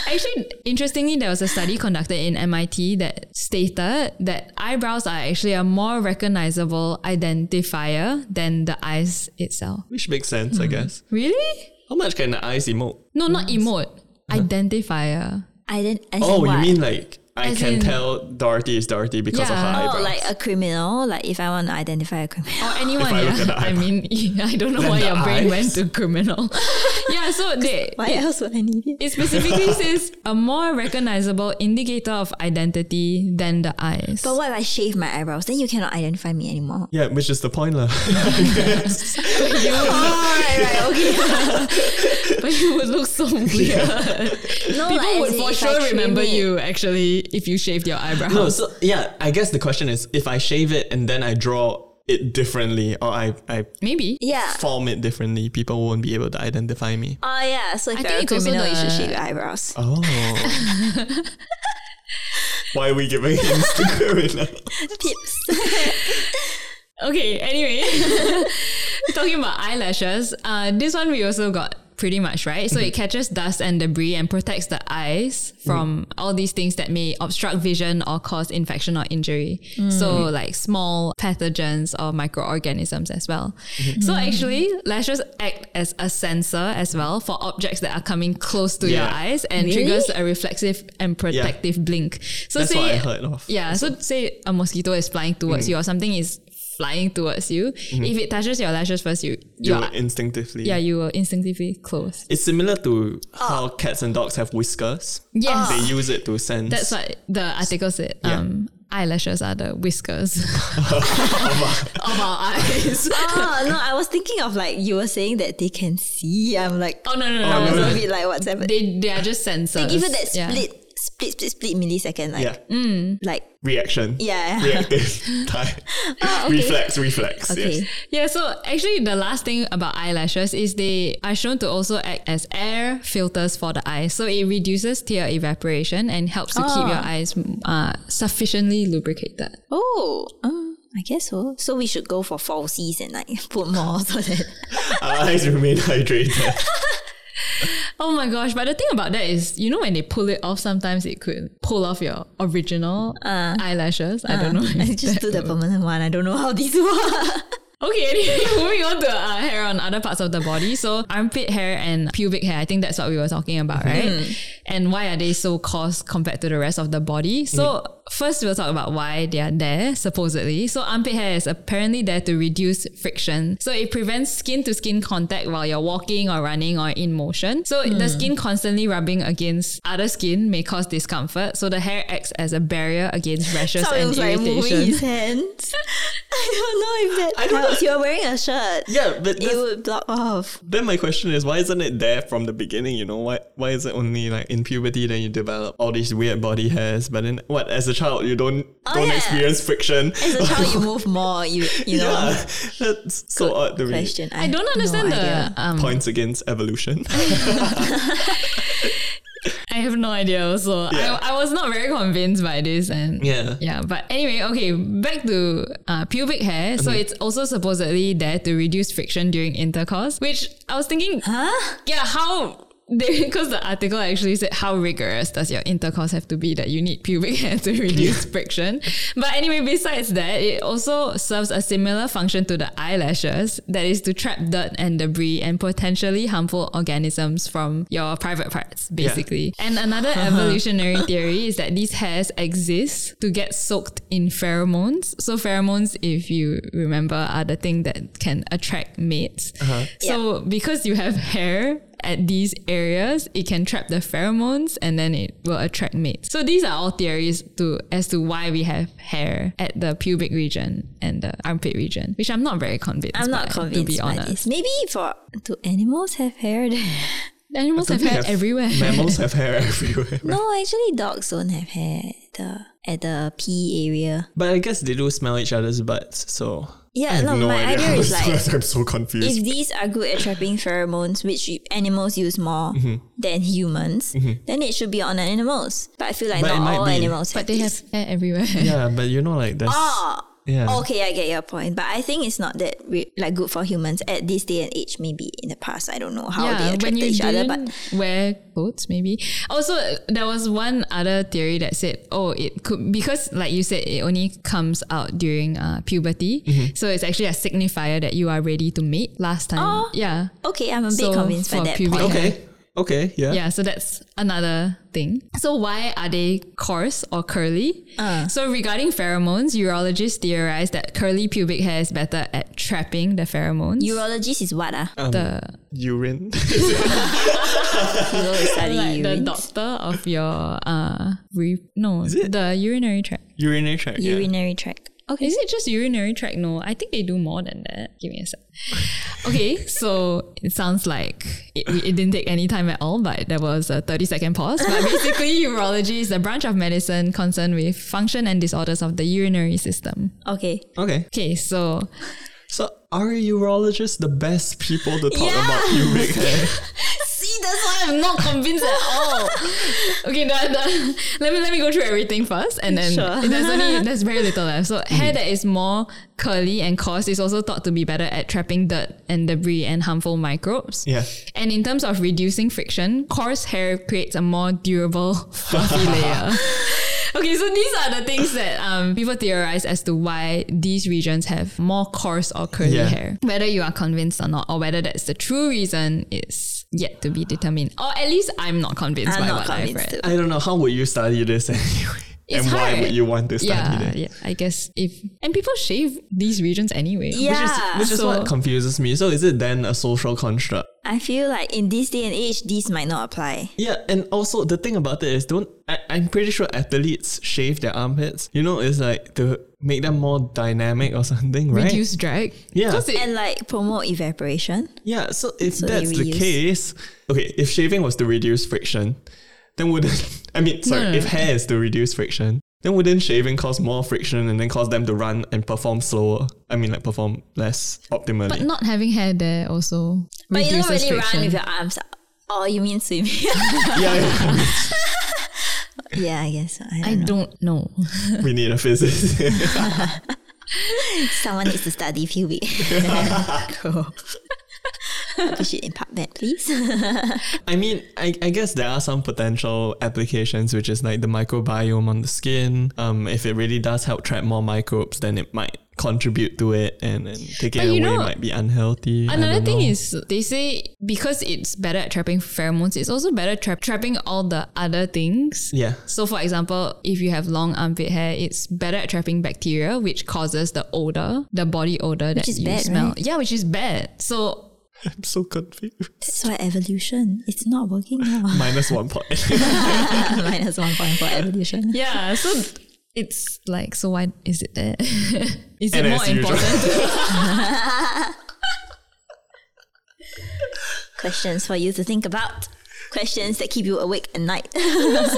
Speaker 1: actually, interestingly, there was a study conducted in MIT that stated that eyebrows are actually a more recognizable identifier than the eyes itself.
Speaker 4: Which makes sense, I guess.
Speaker 1: Really?
Speaker 4: How much can the eyes emote?
Speaker 1: No, not emote. Identifier.
Speaker 2: I didn't. I
Speaker 4: Oh,
Speaker 2: said
Speaker 4: you
Speaker 2: what?
Speaker 4: mean like I
Speaker 1: As
Speaker 4: can
Speaker 1: in-
Speaker 4: tell Dorothy is Dorothy because of her
Speaker 1: Yeah.
Speaker 4: eyebrows.
Speaker 2: Oh, like a criminal. Like if I want to identify a criminal.
Speaker 1: Or anyone,
Speaker 4: I look
Speaker 1: yeah.
Speaker 4: at the
Speaker 1: I
Speaker 4: eyebrow.
Speaker 1: mean, I don't know
Speaker 4: Then
Speaker 1: why
Speaker 4: the
Speaker 1: your brain went
Speaker 4: eyes.
Speaker 1: to criminal. yeah, so they,
Speaker 2: Why else would I need it?
Speaker 1: it specifically says a more recognizable indicator of identity than the eyes.
Speaker 2: But what if I shave my eyebrows? Then you cannot identify me anymore.
Speaker 4: yeah, which is the point, lah.
Speaker 2: right, right, okay.
Speaker 1: but you would look so weird.
Speaker 2: No,
Speaker 1: People
Speaker 2: like,
Speaker 1: would
Speaker 2: as in
Speaker 1: for
Speaker 2: if I
Speaker 1: sure
Speaker 2: trim
Speaker 1: remember
Speaker 2: it-
Speaker 1: you actually if you shaved your eyebrows.
Speaker 4: No, so yeah, I guess the question is if I shave it and then I draw it differently or I, I
Speaker 1: Maybe.
Speaker 2: Yeah.
Speaker 4: form it differently, people won't be able to identify me.
Speaker 2: Oh yeah. So if
Speaker 1: I
Speaker 2: you're
Speaker 1: think
Speaker 2: a
Speaker 1: it's also
Speaker 2: criminal, you should
Speaker 1: the-
Speaker 2: shave your eyebrows.
Speaker 4: Oh. Why are we giving hints to Karina?
Speaker 2: Tips.
Speaker 1: Okay, anyway, talking about eyelashes, uh, this one we also got pretty much right. So
Speaker 4: Mm-hmm.
Speaker 1: it catches dust and debris and protects the eyes
Speaker 4: Mm.
Speaker 1: from all these things that may obstruct vision or cause infection or injury.
Speaker 4: Mm.
Speaker 1: So, like small pathogens or microorganisms as well.
Speaker 4: Mm-hmm.
Speaker 1: So, actually, lashes act as a sensor as well for objects that are coming close to your
Speaker 4: Yeah.
Speaker 1: eyes and
Speaker 2: Really?
Speaker 1: triggers a reflexive and protective blink. So,
Speaker 4: That's
Speaker 1: say,
Speaker 4: what I heard of.
Speaker 1: yeah, so Mm. say a mosquito is flying towards you or something is flying towards you. If it touches your lashes first, you
Speaker 4: You
Speaker 1: you
Speaker 4: will
Speaker 1: are,
Speaker 4: instinctively.
Speaker 1: yeah you will instinctively close.
Speaker 4: It's similar to how cats and dogs have whiskers.
Speaker 1: Yes,
Speaker 4: They use it to sense.
Speaker 1: that's what the article said.
Speaker 4: Yeah.
Speaker 1: Um, eyelashes are the whiskers of our eyes.
Speaker 2: oh no, I was thinking of like you were saying that they can see. I'm like,
Speaker 1: Oh no no
Speaker 2: I
Speaker 1: no!
Speaker 2: was
Speaker 1: no.
Speaker 2: a bit like what's
Speaker 1: They
Speaker 2: happening.
Speaker 1: they are just sensors.
Speaker 2: They give you that
Speaker 1: Yeah.
Speaker 2: split, split, split, split millisecond. Like,
Speaker 4: Yeah.
Speaker 1: Mm.
Speaker 2: like
Speaker 4: Reaction.
Speaker 2: Yeah.
Speaker 4: Reactive type.
Speaker 1: Oh,
Speaker 4: Reflex, reflex.
Speaker 2: okay.
Speaker 4: Yes.
Speaker 1: Yeah, so actually, the last thing about eyelashes is they are shown to also act as air filters for the eyes. So it reduces tear evaporation and helps to keep your eyes uh, sufficiently lubricated.
Speaker 2: Oh, um, I guess so. So we should go for falsies and like put more so that
Speaker 4: Our eyes remain hydrated.
Speaker 1: Oh my gosh, but the thing about that is, you know, when they pull it off, sometimes it could pull off your original eyelashes. Ah. I don't know.
Speaker 2: I just do the permanent one. I don't know how these work.
Speaker 1: Okay, anyway, moving on to uh, hair on other parts of the body. So armpit hair and pubic hair, I think that's what we were talking about, right?
Speaker 2: Mm-hmm.
Speaker 1: And why are they so coarse compared to the rest of the body? So
Speaker 2: Mm-hmm.
Speaker 1: first we'll talk about why they are there, supposedly. So armpit hair is apparently there to reduce friction. So it prevents skin to skin contact while you're walking or running or in motion. So
Speaker 2: Mm.
Speaker 1: the skin constantly rubbing against other skin may cause discomfort. So the hair acts as a barrier against rashes
Speaker 2: Sorry, it
Speaker 1: and
Speaker 2: was like moving
Speaker 1: irritation.
Speaker 2: his hands. I don't know if that
Speaker 4: I don't
Speaker 2: helps.
Speaker 4: know.
Speaker 2: You're wearing a shirt.
Speaker 4: yeah, but
Speaker 2: It
Speaker 4: that's-
Speaker 2: would block off.
Speaker 4: then my question is why isn't it there from the beginning? You know, why why is it only like in puberty then you develop all these weird body hairs, but then what as a child you don't
Speaker 2: Oh,
Speaker 4: don't
Speaker 2: yeah.
Speaker 4: experience friction.
Speaker 2: As a child, you move more. You you know.
Speaker 4: yeah, that's so
Speaker 2: Good
Speaker 4: odd to me.
Speaker 2: question.
Speaker 1: I don't
Speaker 2: have no
Speaker 1: understand
Speaker 2: idea.
Speaker 1: the um,
Speaker 4: Points against evolution.
Speaker 1: I have no idea also.
Speaker 4: Yeah.
Speaker 1: I, I was not very convinced by this and
Speaker 4: Yeah.
Speaker 1: Yeah. But anyway, okay, back to uh, pubic hair. So it's also supposedly there to reduce friction during intercourse, which I was thinking
Speaker 2: Huh?
Speaker 1: yeah, how because the article actually said how rigorous does your intercourse have to be that you need pubic hair to reduce friction. But anyway, besides that, it also serves a similar function to the eyelashes, that is to trap dirt and debris and potentially harmful organisms from your private parts, basically. And another evolutionary theory is that these hairs exist to get soaked in pheromones. So pheromones, if you remember, are the thing that can attract mates.
Speaker 4: Uh-huh.
Speaker 1: So because you have hair at these areas, it can trap the pheromones and then it will attract mates. So these are all theories to as to why we have hair at the pubic region and the armpit region, which I'm not very convinced.
Speaker 2: I'm not
Speaker 1: by,
Speaker 2: convinced
Speaker 1: to be
Speaker 2: by
Speaker 1: honest.
Speaker 2: this. Maybe for do animals have hair?
Speaker 1: Animals have
Speaker 4: They
Speaker 1: hair
Speaker 4: have-
Speaker 1: everywhere.
Speaker 4: Mammals have hair everywhere.
Speaker 2: no, actually, dogs don't have hair. At the at the pee area.
Speaker 4: But I guess they do smell each other's butts, so
Speaker 2: Yeah, no, my idea, is like
Speaker 4: I'm so confused.
Speaker 2: if these are good at trapping pheromones, which y- animals use more
Speaker 4: Mm-hmm.
Speaker 2: than humans, then it should be on animals. But I feel like
Speaker 4: But it
Speaker 2: not
Speaker 4: might
Speaker 2: all
Speaker 4: be.
Speaker 2: animals have
Speaker 1: but they have
Speaker 2: these.
Speaker 1: hair everywhere.
Speaker 4: yeah, but you know, like that's
Speaker 2: Oh,
Speaker 4: yeah.
Speaker 2: okay, I get your point. But I think it's not that re- like good for humans at this day and age. Maybe in the past, I don't know how
Speaker 1: yeah,
Speaker 2: they
Speaker 1: when
Speaker 2: attract
Speaker 1: you
Speaker 2: each other,
Speaker 1: didn't
Speaker 2: but
Speaker 1: wear clothes, maybe. Also, there was one other theory that said, oh, it could because, like you said, it only comes out during uh, puberty,
Speaker 2: Mm-hmm.
Speaker 1: so it's actually a signifier that you are ready to mate. Last time,
Speaker 2: Oh.
Speaker 1: yeah,
Speaker 2: okay, I'm a bit
Speaker 1: So
Speaker 2: convinced by
Speaker 1: for
Speaker 2: that
Speaker 1: pubic
Speaker 2: point.
Speaker 4: Okay. Okay. Yeah.
Speaker 1: yeah. So that's another thing. So why are they coarse or curly?
Speaker 2: Uh.
Speaker 1: So regarding pheromones, urologists theorize that curly pubic hair is better at trapping the pheromones.
Speaker 2: Urologist is what ah?
Speaker 1: the
Speaker 4: Urine.
Speaker 2: You go and study
Speaker 1: like the
Speaker 2: urines.
Speaker 1: doctor of your uh re- no
Speaker 4: it?
Speaker 1: the urinary tract.
Speaker 4: Urinary tract. yeah.
Speaker 2: urinary tract.
Speaker 1: Okay. Is it just urinary tract? No, I think they do more than that. Give me a sec. Okay, so it sounds like it, we- it didn't take any time at all, but there was a 30 second pause. But basically, urology is a branch of medicine concerned with function and disorders of the urinary system.
Speaker 2: Okay,
Speaker 4: Okay.
Speaker 1: Okay, so
Speaker 4: So are urologists the best people to talk
Speaker 2: Yeah.
Speaker 4: about pubic hair?
Speaker 2: see
Speaker 1: that's why I'm not convinced at all. Okay, the, the, let me let me go through everything first, and then
Speaker 2: Sure.
Speaker 1: there's only there's very little left. So hair that is more curly and coarse is also thought to be better at trapping dirt and debris and harmful microbes.
Speaker 4: Yeah.
Speaker 1: And in terms of reducing friction, coarse hair creates a more durable, fluffy layer. Okay, so these are the things that um, people theorize as to why these regions have more coarse or curly
Speaker 4: Yeah.
Speaker 1: hair. Whether you are convinced or not, or whether that's the true reason, is yet to be determined. Or at least I'm not convinced
Speaker 2: I'm
Speaker 1: by
Speaker 2: not
Speaker 1: what I've
Speaker 2: convinced.
Speaker 1: read.
Speaker 2: too.
Speaker 4: I don't know. How would you study this anyway?
Speaker 1: It's
Speaker 4: and why
Speaker 1: hard.
Speaker 4: would you want to study
Speaker 1: Yeah,
Speaker 4: that?
Speaker 1: yeah, I guess if and people shave these regions anyway.
Speaker 2: Yeah.
Speaker 4: Which is
Speaker 1: So-
Speaker 4: what confuses me. So is it then a social construct?
Speaker 2: I feel like in this day and age, these might not apply.
Speaker 4: Yeah, and also the thing about it is don't I, I'm pretty sure athletes shave their armpits. You know, it's like to make them more dynamic or something, right?
Speaker 1: reduce drag.
Speaker 4: Yeah.
Speaker 1: 'Cause it-
Speaker 2: And like promote evaporation.
Speaker 4: Yeah, so if
Speaker 2: So they
Speaker 4: that's the
Speaker 2: reuse.
Speaker 4: case, okay, if shaving was to reduce friction, then wouldn't I mean sorry,
Speaker 1: No, no,
Speaker 4: if
Speaker 1: no.
Speaker 4: hair is to reduce friction, then wouldn't shaving cause more friction and then cause them to run and perform slower? I mean like perform less optimally.
Speaker 1: but not having hair there also
Speaker 2: But you don't
Speaker 1: reduces
Speaker 2: really
Speaker 1: friction.
Speaker 2: run with your arms. up. Oh, you mean swimming?
Speaker 4: yeah, yeah.
Speaker 2: yeah, I guess. I don't
Speaker 1: I
Speaker 2: know.
Speaker 1: don't know.
Speaker 4: we need a physicist.
Speaker 2: Someone needs to study Phoebe. cool. Publish it in PubMed, please.
Speaker 4: I mean, I, I guess there are some potential applications, which is like the microbiome on the skin. Um, if it really does help trap more microbes, then it might contribute to it, and, and taking
Speaker 1: But
Speaker 4: it away
Speaker 1: you know,
Speaker 4: might be unhealthy. I
Speaker 1: Another
Speaker 4: don't
Speaker 1: thing
Speaker 4: know.
Speaker 1: is they say because it's better at trapping pheromones, it's also better tra- trapping all the other things.
Speaker 4: yeah,
Speaker 1: So for example, if you have long armpit hair, it's better at trapping bacteria, which causes the odor, the body odor that
Speaker 2: is
Speaker 1: you
Speaker 2: bad,
Speaker 1: smell.
Speaker 2: right?
Speaker 1: Yeah, which is bad. So
Speaker 4: I'm so confused.
Speaker 2: That's why evolution. It's not working now.
Speaker 4: Minus one point.
Speaker 2: Minus one point for evolution.
Speaker 1: yeah, so it's like so why is it there? is it
Speaker 4: And
Speaker 1: more
Speaker 4: as usual.
Speaker 1: important?
Speaker 2: Questions for you to think about. Questions that keep you awake at night.
Speaker 1: so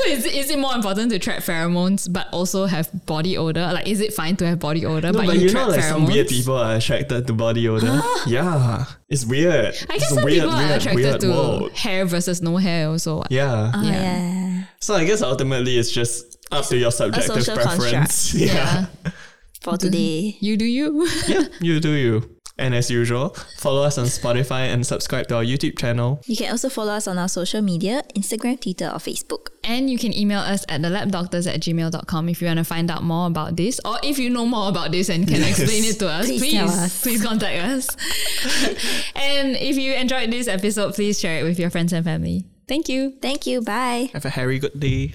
Speaker 1: is, it- is it more important to trap pheromones but also have body odor? Like is it fine to have body odor
Speaker 4: No,
Speaker 1: but,
Speaker 4: but,
Speaker 1: you,
Speaker 4: you
Speaker 1: trap
Speaker 4: know, like
Speaker 1: pheromones?
Speaker 4: some weird people are attracted to body odor. yeah, it's weird.
Speaker 1: I
Speaker 4: it's
Speaker 1: guess
Speaker 4: a
Speaker 1: some
Speaker 4: weird,
Speaker 1: people
Speaker 4: weird,
Speaker 1: are attracted
Speaker 4: weird
Speaker 1: to Uh.
Speaker 4: world.
Speaker 1: hair versus no hair also.
Speaker 4: Yeah.
Speaker 2: Oh,
Speaker 1: Yeah.
Speaker 2: yeah.
Speaker 4: So I guess ultimately it's just up to your subjective
Speaker 2: social
Speaker 4: preference. Oh, Yeah.
Speaker 2: For today.
Speaker 1: You do you.
Speaker 4: yeah, you do you. And as usual, follow us on Spotify and subscribe to our YouTube channel.
Speaker 2: You can also follow us on our social media Instagram, Twitter, or Facebook.
Speaker 1: and you can email us at thelabdoctors at gmail.com if you want to find out more about this or if you know more about this and can
Speaker 4: Yes.
Speaker 1: explain it to us, please,
Speaker 2: Please
Speaker 1: please,
Speaker 2: tell us.
Speaker 1: contact us. and if you enjoyed this episode, please share it with your friends and family. Thank you.
Speaker 2: Thank you. Bye.
Speaker 4: Have a hairy good day.